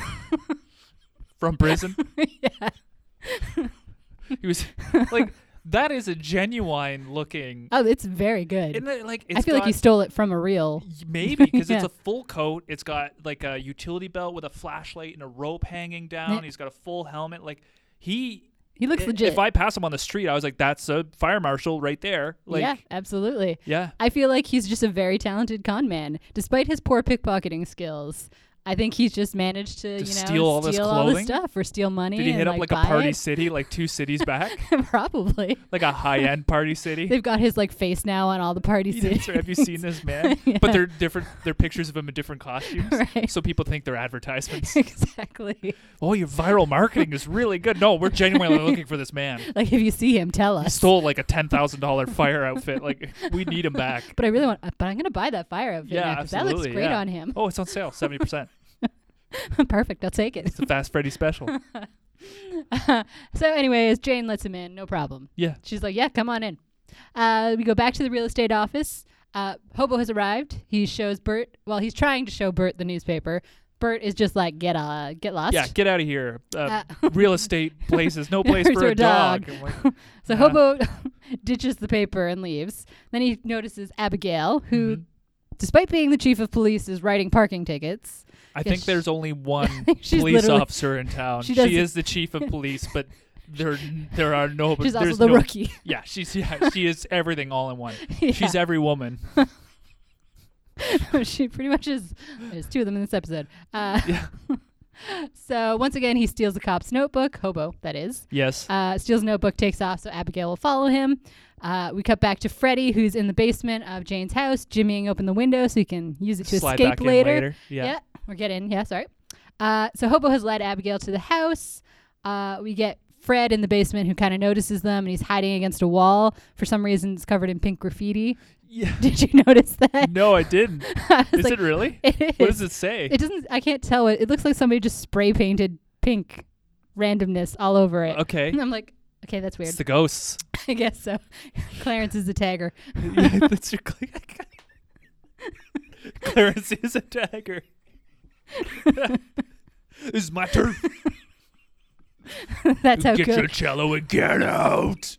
S2: from prison.
S1: yeah.
S2: He was like, that is a genuine looking.
S1: Oh, it's very good.
S2: Isn't it, like,
S1: I
S2: it's
S1: feel like
S2: got-
S1: he stole it from a real.
S2: Maybe because
S1: Yeah.
S2: it's a full coat. It's got like a utility belt with a flashlight and a rope hanging down.
S1: Yeah.
S2: He's got a full helmet. Like he
S1: He looks
S2: i-
S1: legit.
S2: If I pass him on the street, I was like, "That's a fire marshal right there." Like,
S1: yeah, absolutely.
S2: yeah.
S1: I feel like he's just a very talented con man, despite his poor pickpocketing skills. I think he's just managed to, you know
S2: steal all this
S1: steal all this
S2: clothing?
S1: stuff or steal money.
S2: Did he
S1: and,
S2: hit up like a
S1: buy
S2: party
S1: it.
S2: city, like two cities back,
S1: Probably.
S2: like a high end party city?
S1: They've got his like face now on all the party
S2: You didn't-
S1: cities.
S2: sir, Have you seen this man?
S1: Yeah.
S2: But they're different. They're pictures of him in different costumes,
S1: Right.
S2: so people think they're advertisements.
S1: exactly.
S2: oh, your viral marketing is really good. No, we're genuinely looking for this man.
S1: Like if you see him, tell
S2: He
S1: us.
S2: stole like a ten thousand dollar fire outfit. Like we need him back.
S1: but I really want. But I'm gonna buy that fire outfit.
S2: Yeah,
S1: now, 'cause that looks
S2: absolutely,
S1: great
S2: yeah.
S1: on him.
S2: Oh, it's on sale, seventy percent.
S1: Perfect. I'll take it.
S2: It's a Fast Freddy special.
S1: so, anyways, Jane lets him in, no problem.
S2: Yeah.
S1: She's like, yeah, come on in. Uh, we go back to the real estate office. Uh, Hobo has arrived. He shows Bert. Well, he's trying to show Bert the newspaper. Bert is just like, get uh, get lost.
S2: Yeah, get out of here. Uh,
S1: Uh,
S2: real estate places, no place for a dog. I'm like,
S1: so
S2: Yeah.
S1: Hobo ditches the paper and leaves. Then he notices Abigail, who,
S2: Mm-hmm.
S1: despite being the chief of police, is writing parking tickets.
S2: I
S1: Yeah,
S2: think
S1: sh-
S2: there's only one
S1: she's
S2: police
S1: literally-
S2: officer in town.
S1: she
S2: She,
S1: doesn't-
S2: is the chief of police, but there there are no.
S1: She's also
S2: there's
S1: the
S2: no-
S1: rookie.
S2: Yeah, she's yeah, she is everything all in one.
S1: Yeah.
S2: She's every woman.
S1: she pretty much is. There's two of them in this episode. Uh,
S2: Yeah.
S1: so once again, he steals the cop's notebook. Hobo, that is.
S2: Yes.
S1: Uh, steals a notebook, takes off, so Abigail will follow him. Uh, we cut back to Freddy, who's in the basement of Jane's house, jimmying open the window so he can use it to
S2: Slide
S1: escape
S2: back in
S1: later.
S2: later, yeah.
S1: or get in. Yeah, sorry. Uh, so Hobo has led Abigail to the house. Uh, we get Fred in the basement, who kind of notices them, and he's hiding against a wall. For some reason, it's covered in pink graffiti.
S2: yeah.
S1: Did you notice that?
S2: No, I didn't.
S1: I was
S2: Is
S1: like,
S2: it really?
S1: It
S2: What
S1: is.
S2: does it say?
S1: It doesn't. I can't tell. It. It looks like somebody just spray painted pink randomness all over it.
S2: okay.
S1: And I'm like, okay, that's weird.
S2: It's the ghosts.
S1: I guess so. Clarence is the tagger.
S2: yeah, that's your cl- Clarence is a dagger. it's my turn.
S1: That's how
S2: Get your
S1: ghost.
S2: cello and get out.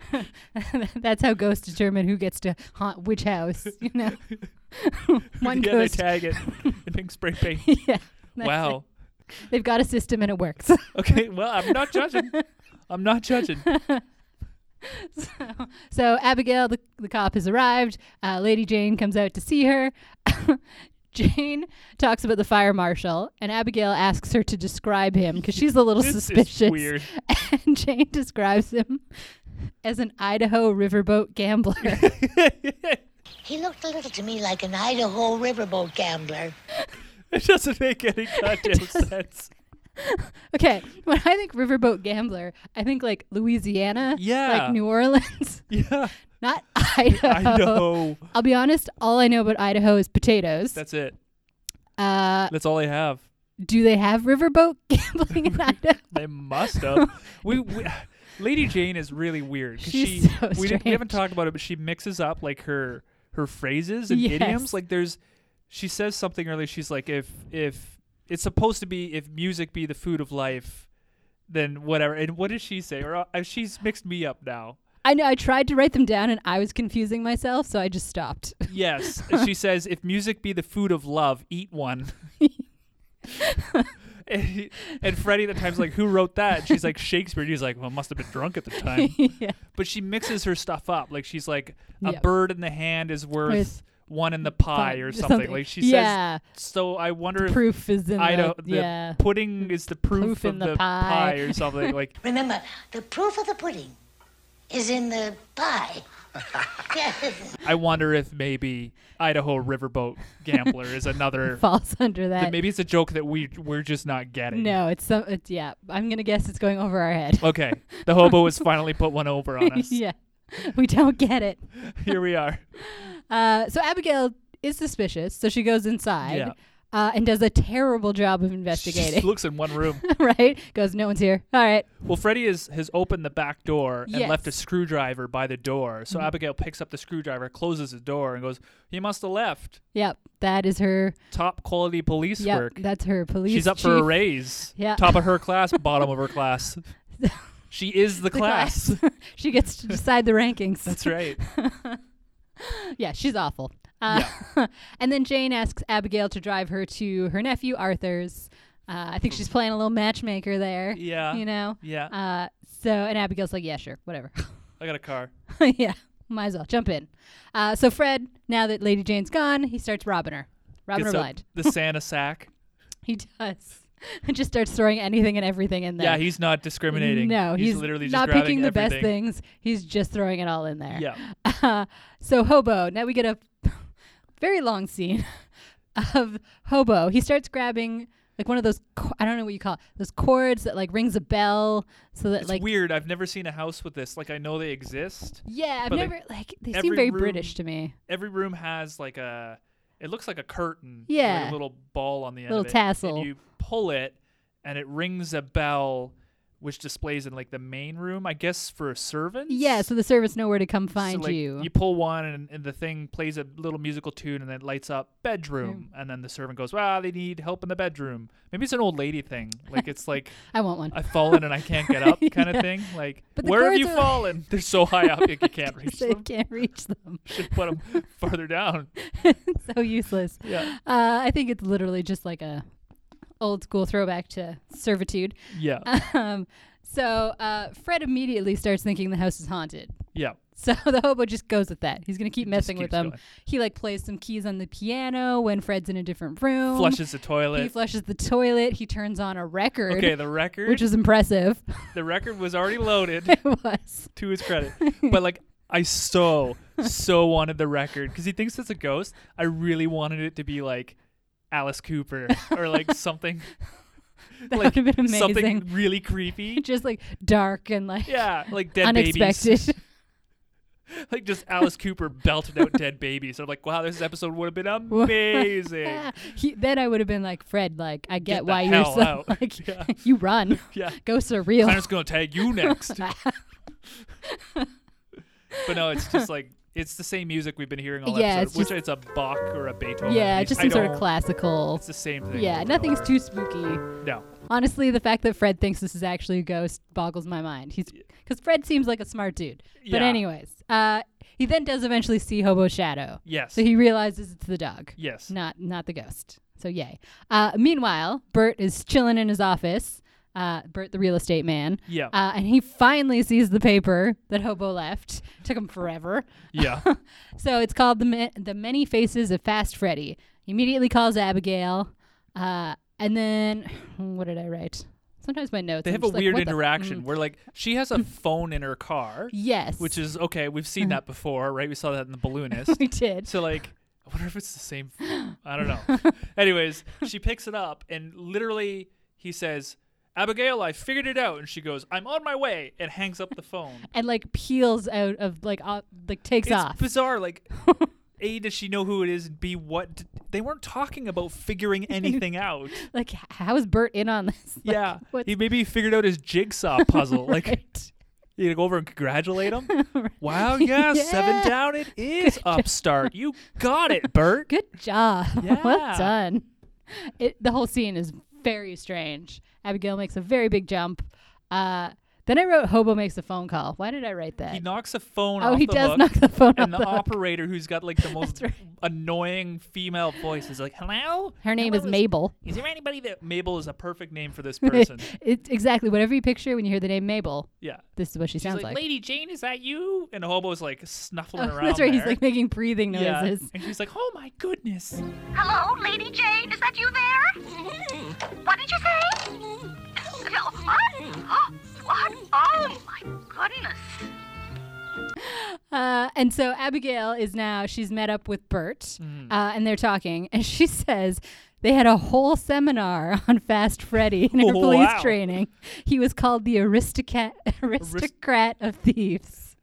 S1: that's how ghosts determine who gets to haunt which house. You know, one
S2: yeah,
S1: ghost.
S2: they tag it in pink spray paint.
S1: yeah. that's it.
S2: wow.
S1: They've got a system and it works.
S2: Okay. Well, I'm not judging. I'm not judging.
S1: so Abigail, the, the cop, has arrived. Uh, Lady Jane comes out to see her. Jane talks about the fire marshal, and Abigail asks her to describe him because she's a little
S2: This is
S1: suspicious.
S2: weird.
S1: And Jane describes him as an Idaho riverboat gambler.
S6: He looked a little to me like an Idaho riverboat gambler.
S2: It doesn't make any goddamn sense.
S1: Okay, when I think riverboat gambler, I think like Louisiana,
S2: Yeah.
S1: like New Orleans,
S2: Yeah.
S1: not Idaho.
S2: Idaho.
S1: I'll be honest, all I know about Idaho is potatoes.
S2: That's it.
S1: uh,
S2: That's all I have.
S1: do they have riverboat gambling in Idaho?
S2: They must have. we, we Lady Jane is really weird. 'cause
S1: She's
S2: she,
S1: so
S2: we, didn't- we
S1: strange.
S2: haven't talked about it, but she mixes up like her her phrases and
S1: Yes.
S2: idioms. Like there's, she says something earlier. She's like, if if it's supposed to be if music be the food of life, then whatever. And what does she say? Or uh, she's mixed me up now.
S1: I know I tried to write them down and I was confusing myself, so I just stopped.
S2: Yes, she says, if music be the food of love, eat one. and, he- and Freddie at the time's like, who wrote that? And she's like, Shakespeare. And he's like, well, must have been drunk at the time.
S1: yeah.
S2: But she mixes her stuff up. Like she's like, a
S1: Yeah.
S2: bird in the hand is worth
S1: With
S2: one in the pie or something. Like she
S1: yeah,
S2: says. So I wonder if
S1: proof is in
S2: Idaho,
S1: the, yeah.
S2: the pudding is the proof,
S1: Proof
S2: of
S1: in the pie.
S2: pie. or something. Like
S6: Remember, the proof of the pudding is in the pie. Yes.
S2: I wonder if maybe Idaho riverboat gambler is another.
S1: falls under that.
S2: that maybe it's a joke that we we're just not getting.
S1: no, it's some. It's, yeah, I'm gonna guess it's going over our head.
S2: Okay. The hobo has finally put one over on us.
S1: yeah, we don't get it.
S2: Here we are.
S1: Uh, so Abigail is suspicious, so she goes inside
S2: Yeah.
S1: uh, and does a terrible job of
S2: She
S1: investigating.
S2: looks in one room.
S1: right? Goes, no one's here. All right.
S2: Well, Freddy is, has opened the back door and left a
S1: Yes. Mm-hmm.
S2: screwdriver by the door. So Abigail picks up the screwdriver, closes the door, and goes, He must have left.
S1: Yep. That is her.
S2: Top quality police
S1: Yep.
S2: work.
S1: That's her police.
S2: She's up for a
S1: chief.
S2: raise.
S1: Yeah.
S2: Top of her class, bottom of her class. She is the,
S1: The
S2: class.
S1: she gets to decide the rankings.
S2: That's right.
S1: yeah, she's awful. Uh, and then Jane asks Abigail to drive her to her nephew Arthur's. Uh, I think she's playing a little matchmaker there.
S2: Yeah.
S1: You know?
S2: Yeah.
S1: Uh, so, and Abigail's like, yeah, sure, whatever.
S2: I got a car.
S1: yeah, might as well jump in. Uh, so Fred, now that Lady Jane's gone, he starts robbing her, robbing her
S2: Gets out
S1: blind.
S2: the Santa sack.
S1: He does, and just starts throwing anything and everything in there.
S2: Yeah, he's not discriminating.
S1: no,
S2: he's,
S1: he's,
S2: literally just
S1: not
S2: grabbing
S1: picking the best
S2: everything.
S1: things. He's just throwing it all in there.
S2: Yeah.
S1: Uh, so hobo. Now we get a very long scene of hobo. He starts grabbing like one of those. co- I don't know what you call it, those cords that like rings a bell, so that
S2: It's
S1: like
S2: weird. I've never seen a house with this. Like I know they exist.
S1: yeah, I've
S2: but, like,
S1: never like they seem
S2: every
S1: very
S2: room-
S1: British to me.
S2: Every room has like a. It looks like a curtain. with,
S1: Yeah.
S2: Like a little ball on the end.
S1: Little
S2: of it,
S1: tassel.
S2: And you pull it, and it rings a bell, which displays in like the main room, I guess, for servants.
S1: Yeah, so the servants know where to come find
S2: like,
S1: you.
S2: You pull one, and, and the thing plays a little musical tune, and it lights up bedroom. And then the servant goes, "Well, they need help in the bedroom." Maybe it's an old lady thing. Like it's like
S1: I want one.
S2: I've fallen and I can't get up, kind of
S1: Yeah.
S2: thing. Like
S1: But the
S2: where have
S1: cords
S2: you
S1: are-
S2: fallen? They're so high up you can't reach
S1: They
S2: them.
S1: can't reach them.
S2: Should put them farther down.
S1: so useless.
S2: Yeah.
S1: Uh, I think it's literally just like a old school throwback to servitude.
S2: Yeah.
S1: Um, so uh, Fred immediately starts thinking the house is haunted.
S2: yeah.
S1: So the hobo just goes with that. He's gonna keep messing with
S2: keeps
S1: them.
S2: going.
S1: He like plays some keys on the piano when Fred's in a different room.
S2: Flushes the
S1: He
S2: toilet.
S1: flushes the toilet. He turns on a record,
S2: Okay, the record
S1: which is impressive.
S2: the record was already loaded.
S1: it was.
S2: to his credit. But like I so so wanted the record because he thinks it's a ghost. I really wanted it to be like Alice Cooper or like something
S1: That would
S2: like
S1: have been amazing.
S2: something really creepy.
S1: just like dark and like
S2: Yeah, like dead
S1: unexpected.
S2: babies. Like just Alice Cooper belted out dead babies. I'm like, wow, this episode would have been amazing.
S1: he, then I would have been like, Fred, like I get,
S2: the
S1: why you're
S2: hell
S1: so
S2: out."
S1: like
S2: Yeah.
S1: you run,
S2: Yeah.
S1: go surreal.
S2: Planner's gonna tag you next. but no, it's just like it's the same music we've been hearing all
S1: Yeah,
S2: episode,
S1: it's
S2: which
S1: just-
S2: it's a Bach or a Beethoven.
S1: yeah,
S2: piece.
S1: just
S2: I
S1: some sort of
S2: don't-
S1: classical.
S2: It's the same thing.
S1: Yeah,
S2: over and
S1: nothing's
S2: over.
S1: too spooky.
S2: No.
S1: Honestly, the fact that Fred thinks this is actually a ghost boggles my mind. He's because Fred seems like a smart dude. But
S2: Yeah.
S1: anyways, uh, he then does eventually see Hobo Shadow.
S2: Yes.
S1: So he realizes it's the dog.
S2: Yes.
S1: Not not the ghost. So yay. Uh, meanwhile, Bert is chilling in his office. Uh, Bert, the real estate man.
S2: Yeah.
S1: Uh, and he finally sees the paper that Hobo left. Took him forever.
S2: Yeah.
S1: So it's called the Ma- the Many Faces of Fast Freddy. He immediately calls Abigail, uh, and then what did I write? Sometimes my notes.
S2: They
S1: I'm
S2: have a
S1: just like,
S2: weird
S1: what the- mm,
S2: interaction where like she has a phone in her car,
S1: yes, Mm.
S2: which is okay. We've seen that before, right? We saw that in the balloonist.
S1: we did.
S2: so like, I wonder if it's the same. phone. I don't know. Anyways, she picks it up and literally he says, "Abigail, I figured it out," and she goes, "I'm on my way," and hangs up the phone.
S1: and like peels out of like uh, like takes
S2: It's
S1: off.
S2: bizarre. Like, a does she know who it is? And b what d- they weren't talking about figuring anything out.
S1: like h- how is Bert in on this? Like,
S2: yeah,
S1: what's-
S2: he maybe figured out his jigsaw puzzle. Like.
S1: Right.
S2: You to go over and congratulate him. Wow, yeah, seven
S1: Yeah.
S2: down. It is upstart. You got it, Bert.
S1: Good job. well
S2: Yeah.
S1: done. It, the whole scene is very strange. Abigail makes a very big jump. Uh, then I wrote Hobo makes a phone call. Why did I write that?
S2: He knocks a phone
S1: oh,
S2: off
S1: he
S2: the
S1: does
S2: hook,
S1: knock the phone
S2: and
S1: off
S2: the,
S1: the hook.
S2: operator, who's got like the most
S1: right.
S2: annoying female voice, is like, "Hello."
S1: Her name
S2: Hello,
S1: is Mabel.
S2: Is there anybody that Mabel is a perfect name for this person?
S1: it's exactly whatever you picture when you hear the name Mabel.
S2: yeah.
S1: This is what she
S2: She's
S1: sounds like.
S2: "Lady Jane, is that you?" And the Hobo's like snuffling
S1: Oh,
S2: around.
S1: that's right. He's
S2: there.
S1: like making breathing noises.
S2: Yeah. And she's like, "Oh my goodness."
S7: Hello, Lady Jane. Is that you there? What did you say? What? What? Oh my goodness.
S1: Uh, and so Abigail is now, she's met up with Bert
S2: Mm.
S1: uh, and they're talking. And she says they had a whole seminar on Fast Freddy in her
S2: Oh,
S1: police
S2: wow.
S1: training. He was called the aristocrat, aristocrat of thieves.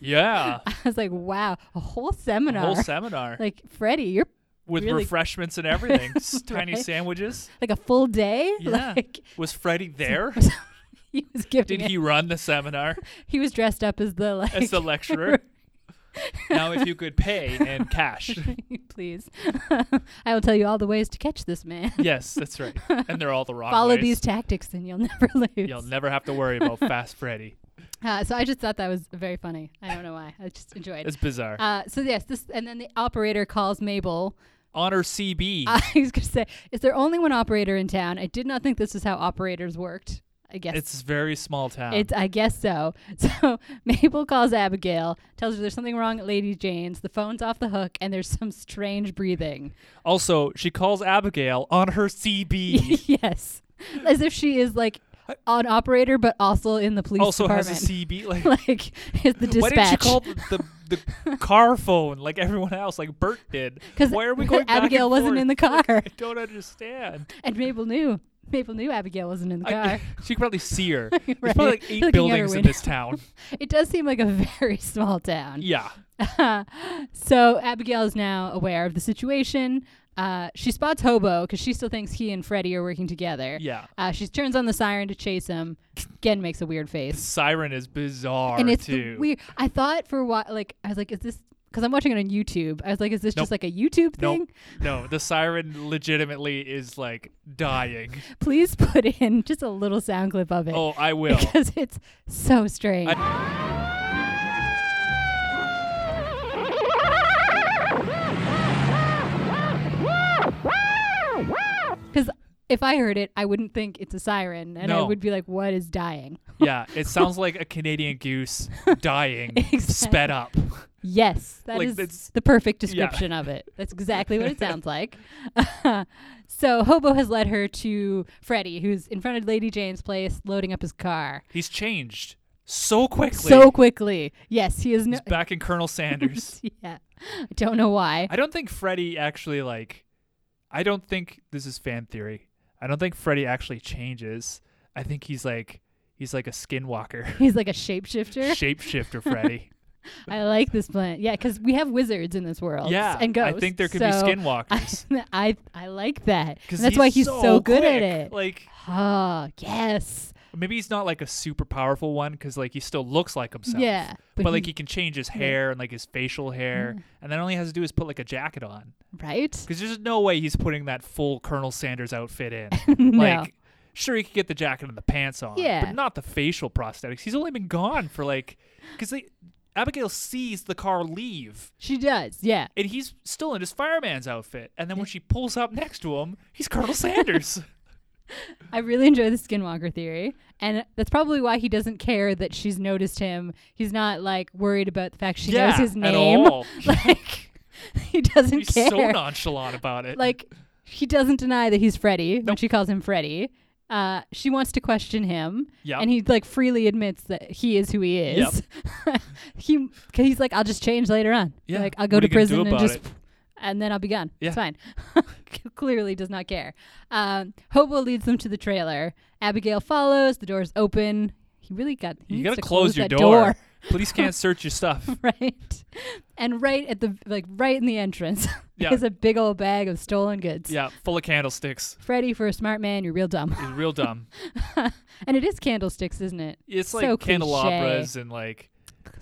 S2: Yeah.
S1: I was like, wow, a whole seminar.
S2: Whole seminar
S1: like, Freddy, you're
S2: with
S1: really-
S2: refreshments and everything, S- tiny
S1: Right.
S2: sandwiches.
S1: like a full day?
S2: Yeah.
S1: Like,
S2: was Freddy there?
S1: he was giving
S2: Did
S1: it-
S2: he run the seminar
S1: He was dressed up as the, like,
S2: as the lecturer? now, if you could pay in cash.
S1: please. I will tell you all the ways to catch this man.
S2: Yes, that's right. And they're all the wrong
S1: Follow
S2: ways.
S1: these tactics and you'll never lose.
S2: You'll never have to worry about Fast Freddy.
S1: Uh, so I just thought that was very funny. I don't know why. I just enjoyed.
S2: It's
S1: it.
S2: bizarre.
S1: Uh, so yes, this and then the operator calls Mabel.
S2: Honor CB.
S1: I was gonna say, is there only one operator in town? I did not think this is how operators worked. I guess
S2: it's uh, a very small town.
S1: It's I guess so. So Mabel calls Abigail, tells her there's something wrong at Lady Jane's. The phone's off the hook, and there's some strange breathing.
S2: also, she calls Abigail on her CB.
S1: yes, as if she is like an operator, but also in the police
S2: also has
S1: department.
S2: a CB. Like,
S1: like is the
S2: why didn't she
S1: dispatch.
S2: call the, the, the car phone like everyone else, like Bert did? Why are we going back and
S1: Abigail wasn't
S2: forth?
S1: in the car.
S2: I don't understand.
S1: And Mabel knew. Mabel knew Abigail wasn't in the
S2: I,
S1: car.
S2: she could probably see her. There's
S1: Right.
S2: probably like
S1: Looking out her
S2: eight buildings in
S1: window.
S2: this town.
S1: it does seem like a very small town.
S2: Yeah.
S1: so Abigail is now aware of the situation. Uh, she spots Hobo because she still thinks he and Freddy are working together.
S2: Yeah.
S1: Uh, she turns on the siren to chase him. Again, makes a weird face.
S2: Siren is bizarre
S1: and it's
S2: too.
S1: weird. I thought for a while, like, I was like, is this. Because I'm watching it on YouTube. I was like, is this
S2: Nope.
S1: just like a YouTube
S2: no,
S1: thing?
S2: no, the siren legitimately is like dying.
S1: Please put in just a little sound clip of it.
S2: Oh, I will.
S1: Because it's so strange. Because if I heard it, I wouldn't think it's a siren, and I
S2: No.
S1: would be like, "What is dying?"
S2: yeah, it sounds like a Canadian goose dying, sped up.
S1: Yes, that
S2: Like,
S1: is
S2: that's-
S1: the perfect description of it. That's exactly what it sounds like. so Hobo has led her to Freddy, who's in front of Lady Jane's place, loading up his car
S2: He's changed so quickly.
S1: so quickly. Yes, he is. No-
S2: He's back in Colonel Sanders.
S1: yeah, I don't know why.
S2: I don't think Freddy actually like. I don't think this is fan theory. I don't think Freddy actually changes. I think he's like he's like a skinwalker,
S1: He's like a shapeshifter.
S2: shapeshifter Freddy.
S1: I like this plan. Yeah, because we have wizards in this world.
S2: Yeah,
S1: and
S2: I
S1: ghosts.
S2: think there could be
S1: so
S2: skinwalkers.
S1: I, I I like that. And
S2: 'Cause
S1: That's why he's so good at
S2: quick.
S1: it.
S2: Like
S1: Ah, yes.
S2: maybe he's not like a super powerful one because like he still looks like himself.
S1: Yeah, but
S2: but, like
S1: he- Mm.
S2: he can change his hair and like his facial hair, and then all he has to do is put like a jacket on.
S1: Right?
S2: Because there's no way he's putting that full Colonel Sanders outfit in.
S1: No.
S2: Like, sure, he could get the jacket and the pants on,
S1: Yeah.
S2: but not the facial prosthetics. He's only been gone for like, because Abigail sees the car leave,
S1: She does. Yeah.
S2: and he's still in his fireman's outfit. And then when she pulls up next to him, he's Colonel Sanders.
S1: I really enjoy the Skinwalker theory, and that's probably why he doesn't care that she's noticed him. He's not like worried about the fact she
S2: yeah,
S1: knows his
S2: at
S1: name.
S2: all.
S1: Like he doesn't
S2: he's
S1: care.
S2: so nonchalant about it.
S1: like he doesn't deny that he's Freddy when she calls him Freddy. Uh, she wants to question him,
S2: Yep.
S1: and he like freely admits that he is who he is. he 'cause he's like, I'll just change later on.
S2: Yeah,
S1: like I'll go
S2: what
S1: to
S2: are you gonna do
S1: prison and
S2: about
S1: just,
S2: it?
S1: and then I'll be gone.
S2: Yeah.
S1: It's fine. Clearly does not care. Um, Hobo leads them to the trailer. Abigail follows. The door's open. He really got. He
S2: you
S1: needs
S2: gotta
S1: Mm, to
S2: close, your
S1: that
S2: door. Police can't search your stuff.
S1: right? And right at the like right in the entrance
S2: Yeah.
S1: is a big old bag of stolen goods.
S2: Yeah, full of candlesticks.
S1: Freddy, for a smart man, you're real dumb.
S2: It's real dumb.
S1: and it is candlesticks, isn't it?
S2: It's like
S1: so cliche.
S2: candelabras and like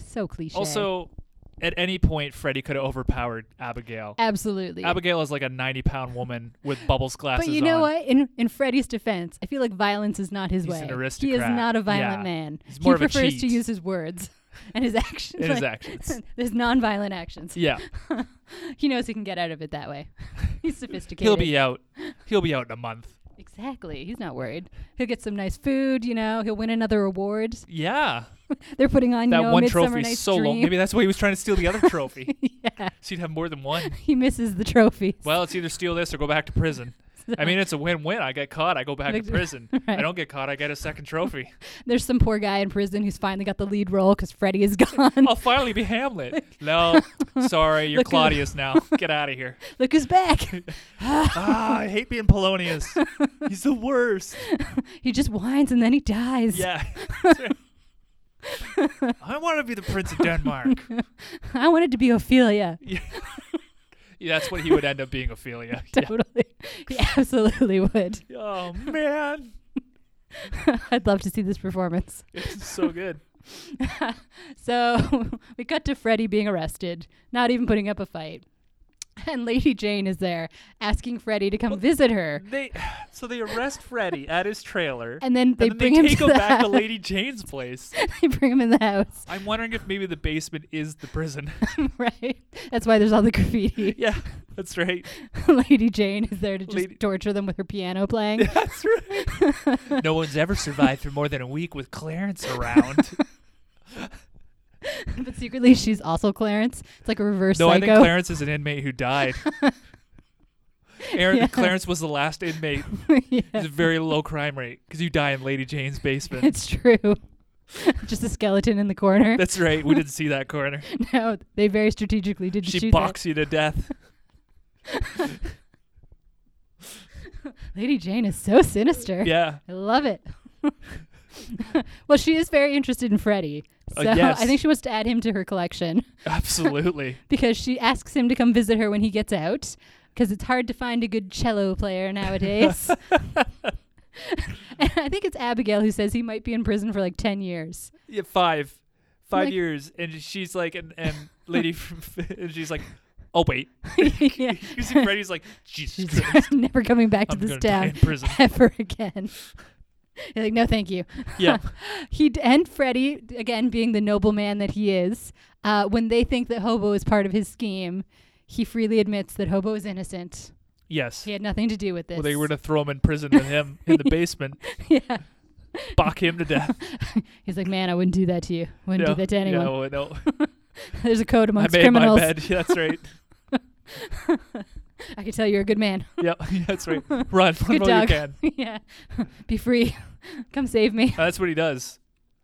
S1: So cliche.
S2: Also, at any point, Freddy could have overpowered Abigail.
S1: absolutely.
S2: Abigail is like a 90 pound woman with bubbles glasses
S1: but you know
S2: on.
S1: what? In in Freddy's defense, I feel like violence is not his
S2: He's
S1: way.
S2: an
S1: He is
S2: aristocrat.
S1: not a violent
S2: Yeah.
S1: man.
S2: He's more
S1: he
S2: of a
S1: prefers to
S2: cheat.
S1: use his words and his actions.
S2: And his
S1: like-
S2: actions.
S1: his nonviolent actions.
S2: Yeah.
S1: He knows he can get out of it that way. He's sophisticated.
S2: He'll be out. He'll be out in a month.
S1: exactly. He's not worried. He'll get some nice food. You know, he'll win another award.
S2: Yeah.
S1: They're putting on
S2: That
S1: you know,
S2: one
S1: Midsummer
S2: trophy is
S1: Night's
S2: so long.
S1: Dream.
S2: Maybe that's why he was trying to steal the other trophy.
S1: yeah,
S2: so you'd have more than one.
S1: he misses the trophies.
S2: Well, it's either steal this or go back to prison. I mean, it's a win win. I get caught, I go back to
S1: Like-
S2: prison.
S1: Right.
S2: I don't get caught, I get a second trophy.
S1: There's some poor guy in prison who's finally got the lead role because Freddy is gone.
S2: I'll finally be Hamlet. No, sorry, you're
S1: Look who-
S2: Claudius now. Get out of here.
S1: Look who's back.
S2: ah, I hate being Polonius. He's the worst.
S1: he just whines and then he dies.
S2: Yeah. I want to be the Prince of Denmark.
S1: I wanted to be Ophelia.
S2: Yeah. Yeah, That's what he would end up being, Ophelia. Yeah.
S1: Totally. He absolutely would.
S2: Oh, man.
S1: I'd love to see this performance.
S2: It's so good.
S1: So we cut to Freddy being arrested, not even putting up a fight. And Lady Jane is there asking Freddy to come visit her.
S2: They So they arrest Freddy at his trailer.
S1: And then they
S2: then
S1: bring him
S2: take
S1: to
S2: him
S1: the
S2: back to
S1: house.
S2: Lady Jane's place.
S1: They bring him in the house,
S2: I'm wondering if maybe the basement is the prison.
S1: right? That's why there's all the graffiti.
S2: yeah, that's right.
S1: Lady Jane is there to just
S2: Lady-
S1: torture them with her piano playing.
S2: That's right. no one's ever survived for more than a week with Clarence around.
S1: but secretly, she's also Clarence. It's like a reverse
S2: No, I
S1: psycho.
S2: think Clarence is an inmate who died. Aaron,
S1: Yeah.
S2: Clarence was the last inmate.
S1: Yeah,
S2: It's a very low crime rate because you die in Lady Jane's basement.
S1: it's true. just a skeleton in the corner.
S2: That's right. We didn't see that corner.
S1: no, they very strategically didn't
S2: She
S1: shoot
S2: boxed you to death.
S1: that. Lady Jane is so sinister.
S2: Yeah.
S1: I love it. well, she is very interested in Freddy. So
S2: Uh, yes.
S1: I think she wants to add him to her collection
S2: Absolutely.
S1: because she asks him to come visit her when he gets out. because it's hard to find a good cello player nowadays. and I think it's Abigail who says he might be in prison for like 10 years.
S2: Yeah, five, five
S1: Like-
S2: years, and she's like, and, and lady, from, and she's like, oh wait,
S1: Yeah.
S2: you see Freddy's like, Jesus
S1: She's
S2: Christ,
S1: never coming back to
S2: I'm
S1: this
S2: gonna
S1: town
S2: die in prison.
S1: ever again. You're like, no, thank you.
S2: Yeah.
S1: he d- and Freddy again being the noble man that he is. Uh, when they think that Hobo is part of his scheme, he freely admits that Hobo is innocent.
S2: yes.
S1: He had nothing to do with this.
S2: Well, they were to throw him in prison with him in the basement,
S1: yeah.
S2: bock him to death.
S1: He's like, man, I wouldn't do that to you. Wouldn't
S2: no,
S1: do that to anyone.
S2: No, no.
S1: There's a code
S2: I
S1: amongst
S2: made
S1: criminals.
S2: my bed. Yeah, that's right.
S1: I can tell you're a good man.
S2: Yep, yeah, that's right. Run, run
S1: good
S2: while
S1: dog.
S2: you can.
S1: yeah. Be free. Come save me.
S2: Uh, that's what he does.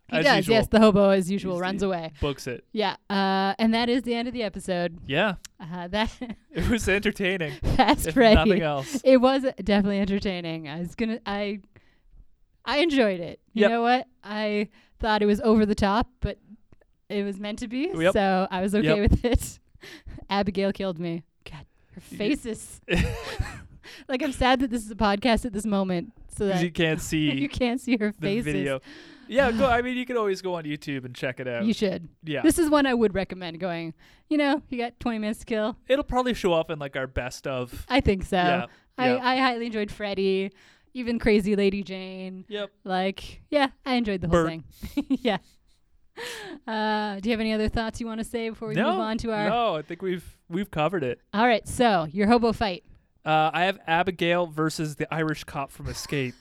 S1: He
S2: As
S1: does.
S2: usual,
S1: Yes, the hobo, as usual,
S2: He's-
S1: runs away.
S2: books it.
S1: Yeah. Uh, and that is the end of the episode.
S2: Yeah,
S1: Uh, that
S2: it was entertaining.
S1: Fast
S2: If
S1: Freddy.
S2: nothing else.
S1: It was definitely entertaining. I was gonna. I I enjoyed it. You
S2: Yep.
S1: know what? I thought it was over the top, but it was meant to be.
S2: Yep.
S1: So I was okay
S2: Yep.
S1: with it. Abigail killed me. God, her face is. like I'm sad that this is a podcast at this moment, so
S2: 'Cause
S1: that
S2: you can't see
S1: you can't see her
S2: the
S1: faces.
S2: video. Yeah, go. I mean, you can always go on YouTube and check it out.
S1: You should.
S2: Yeah.
S1: This is one I would recommend going. You know, you got 20 minutes to kill.
S2: It'll probably show up in like our best of.
S1: I think so.
S2: Yeah,
S1: I,
S2: yeah.
S1: I highly enjoyed Freddy, even Crazy Lady Jane.
S2: Yep.
S1: Like, yeah, I enjoyed the whole
S2: Bert.
S1: thing. yeah. Uh, do you have any other thoughts you want to say before we
S2: no.
S1: move on to our?
S2: No, I think we've we've covered it.
S1: All right, so your hobo fight.
S2: Uh, I have Abigail versus the Irish cop from Escape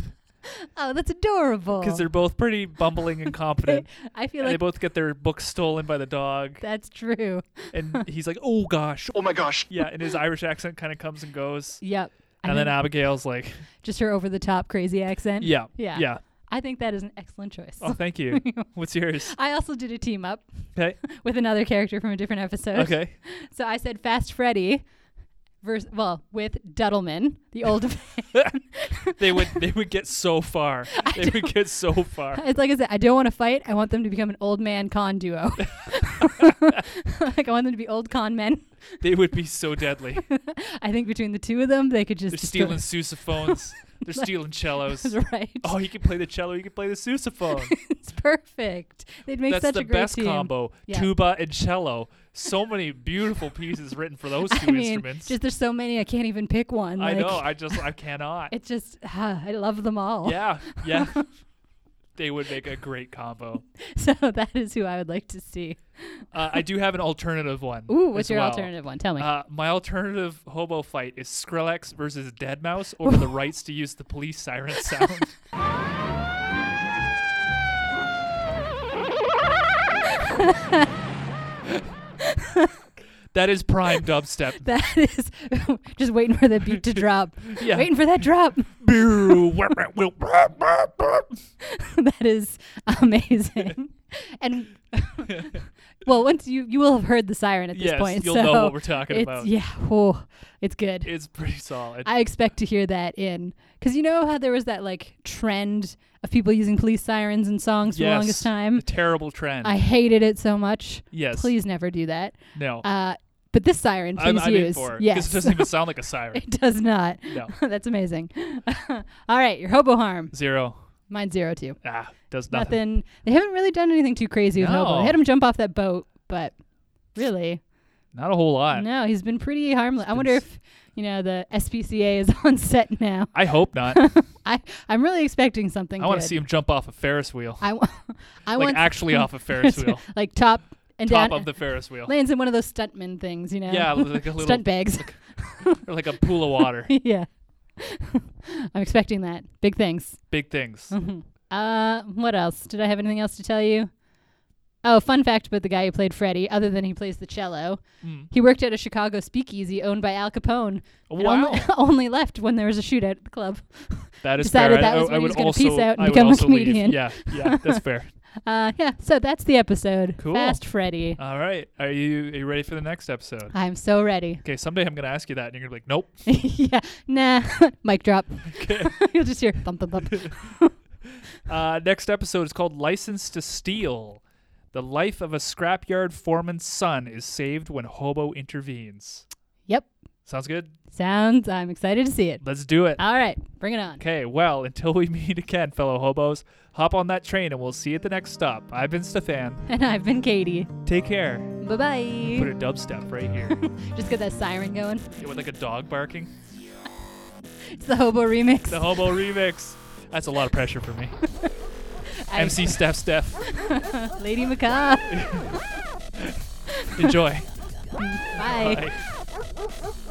S1: Oh, that's adorable.
S2: because they're both pretty bumbling and confident.
S1: I feel
S2: and they
S1: like
S2: both get their books stolen by the dog,
S1: that's true.
S2: and he's like, "Oh gosh, oh my gosh." Yeah, and his Irish accent kind of comes and goes.
S1: Yep. I
S2: And then
S1: think
S2: Abigail's like,
S1: just her over the top crazy accent.
S2: "Yeah,
S1: Yeah.
S2: yeah."
S1: I think that is an excellent choice.
S2: Oh, thank you. What's yours?
S1: I also did a team up
S2: Okay,
S1: with another character from a different episode.
S2: okay.
S1: So I said Fast Freddy versus well, with Duddleman, the old man.
S2: They would they would get so far. They would get so far.
S1: It's like I said, I don't want to fight. I want them to become an old man con duo. like I want them to be old con men.
S2: They would be so deadly.
S1: I think between the two of them, they could just
S2: They're
S1: destroy-
S2: stealing sousaphones. They're stealing cellos.
S1: right.
S2: Oh, you can play the cello. You can play the sousaphone.
S1: It's perfect. They'd make
S2: That's
S1: such
S2: the
S1: a great
S2: best
S1: team.
S2: combo.
S1: Yeah.
S2: Tuba and cello. So many beautiful pieces written for those two
S1: I mean,
S2: instruments.
S1: just there's so many. I can't even pick one.
S2: I
S1: like,
S2: know. I just I cannot.
S1: It's just ah, I love them all.
S2: Yeah, yeah. they would make a great combo.
S1: So that is who I would like to see.
S2: Uh, I do have an alternative one.
S1: Ooh, what's
S2: as
S1: your
S2: well.
S1: alternative one? Tell me.
S2: Uh, my alternative hobo fight is Skrillex versus Deadmau5 over the rights to use the police siren sound. that is prime dubstep.
S1: that is just waiting for the beat to drop.
S2: Yeah.
S1: Waiting for that drop. that is amazing. and well, once you you will have heard the siren at this
S2: Yes,
S1: point,
S2: you'll
S1: so
S2: know what we're talking
S1: it's,
S2: about.
S1: Yeah, oh, it's good.
S2: it's pretty solid.
S1: I expect to hear that in because you know how there was that like trend of people using police sirens in songs for the longest time.
S2: A terrible trend.
S1: I hated it so much.
S2: Yes.
S1: please never do that.
S2: no.
S1: Uh, but this siren, please
S2: I'm, I'm
S1: use.
S2: in for it. 'cause
S1: yes,
S2: It doesn't even sound like a siren.
S1: It does not.
S2: No.
S1: that's amazing. All right, your hobo harm.
S2: Zero.
S1: Mine zero too.
S2: Ah, does nothing.
S1: nothing. They haven't really done anything too crazy with Hobo. They
S2: No.
S1: had him jump off that boat, but really,
S2: Not a whole lot.
S1: no, he's been pretty harmless. I wonder
S2: Uh, s-
S1: if you know the SPCA is on set now.
S2: I hope not.
S1: I I'm really expecting something.
S2: I want
S1: good.
S2: to see him jump off a Ferris wheel.
S1: I want. I
S2: like
S1: want
S2: actually off a Ferris wheel.
S1: like top and
S2: Top
S1: down.
S2: of the Ferris wheel.
S1: lands in one of those stuntman things, you know.
S2: Yeah, like a little
S1: stunt bags.
S2: or like a pool of water.
S1: yeah. I'm expecting that. Big things.
S2: Big things.
S1: Oh, Uh, what else? Did I have anything else to tell you? Oh, fun fact about the guy who played Freddy, other than he plays the cello,
S2: Hmm.
S1: he worked at a Chicago speakeasy owned by Al Capone. and
S2: Wow.
S1: Only, only left when there was a shootout at the club.
S2: That is
S1: Decided
S2: fair.
S1: that
S2: I,
S1: was
S2: I
S1: when he was
S2: would
S1: gonna
S2: also
S1: peace out and
S2: I would
S1: become a
S2: also leave.
S1: comedian.
S2: Yeah, yeah, that's fair.
S1: Uh, yeah, so that's the episode.
S2: Cool. Uh.
S1: Fast Freddy.
S2: All right. Are you are you ready for the next episode?
S1: I'm so ready.
S2: Okay, someday I'm gonna ask you that, and you're gonna be like, "Nope."
S1: yeah, nah. Mic drop. You'll just hear thump, thump, thump.
S2: Uh, next episode is called "License to Steal." The life of a scrapyard foreman's son is saved when Hobo intervenes.
S1: yep.
S2: Sounds good?
S1: Sounds. I'm excited to see it.
S2: Let's do it.
S1: All right, bring it on.
S2: Okay, well, until we meet again, fellow hobos, hop on that train and we'll see you at the next stop. I've been Stefan.
S1: And I've been Katie.
S2: Take care.
S1: Bye
S2: Put
S1: bye.
S2: a dubstep right here.
S1: Just get that siren going.
S2: Yeah, with like a dog barking.
S1: It's the hobo remix.
S2: The hobo remix. That's a lot of pressure for me.
S1: I-
S2: MC Steph Steph.
S1: Lady Macaw.
S2: Enjoy.
S1: Bye.
S2: Bye.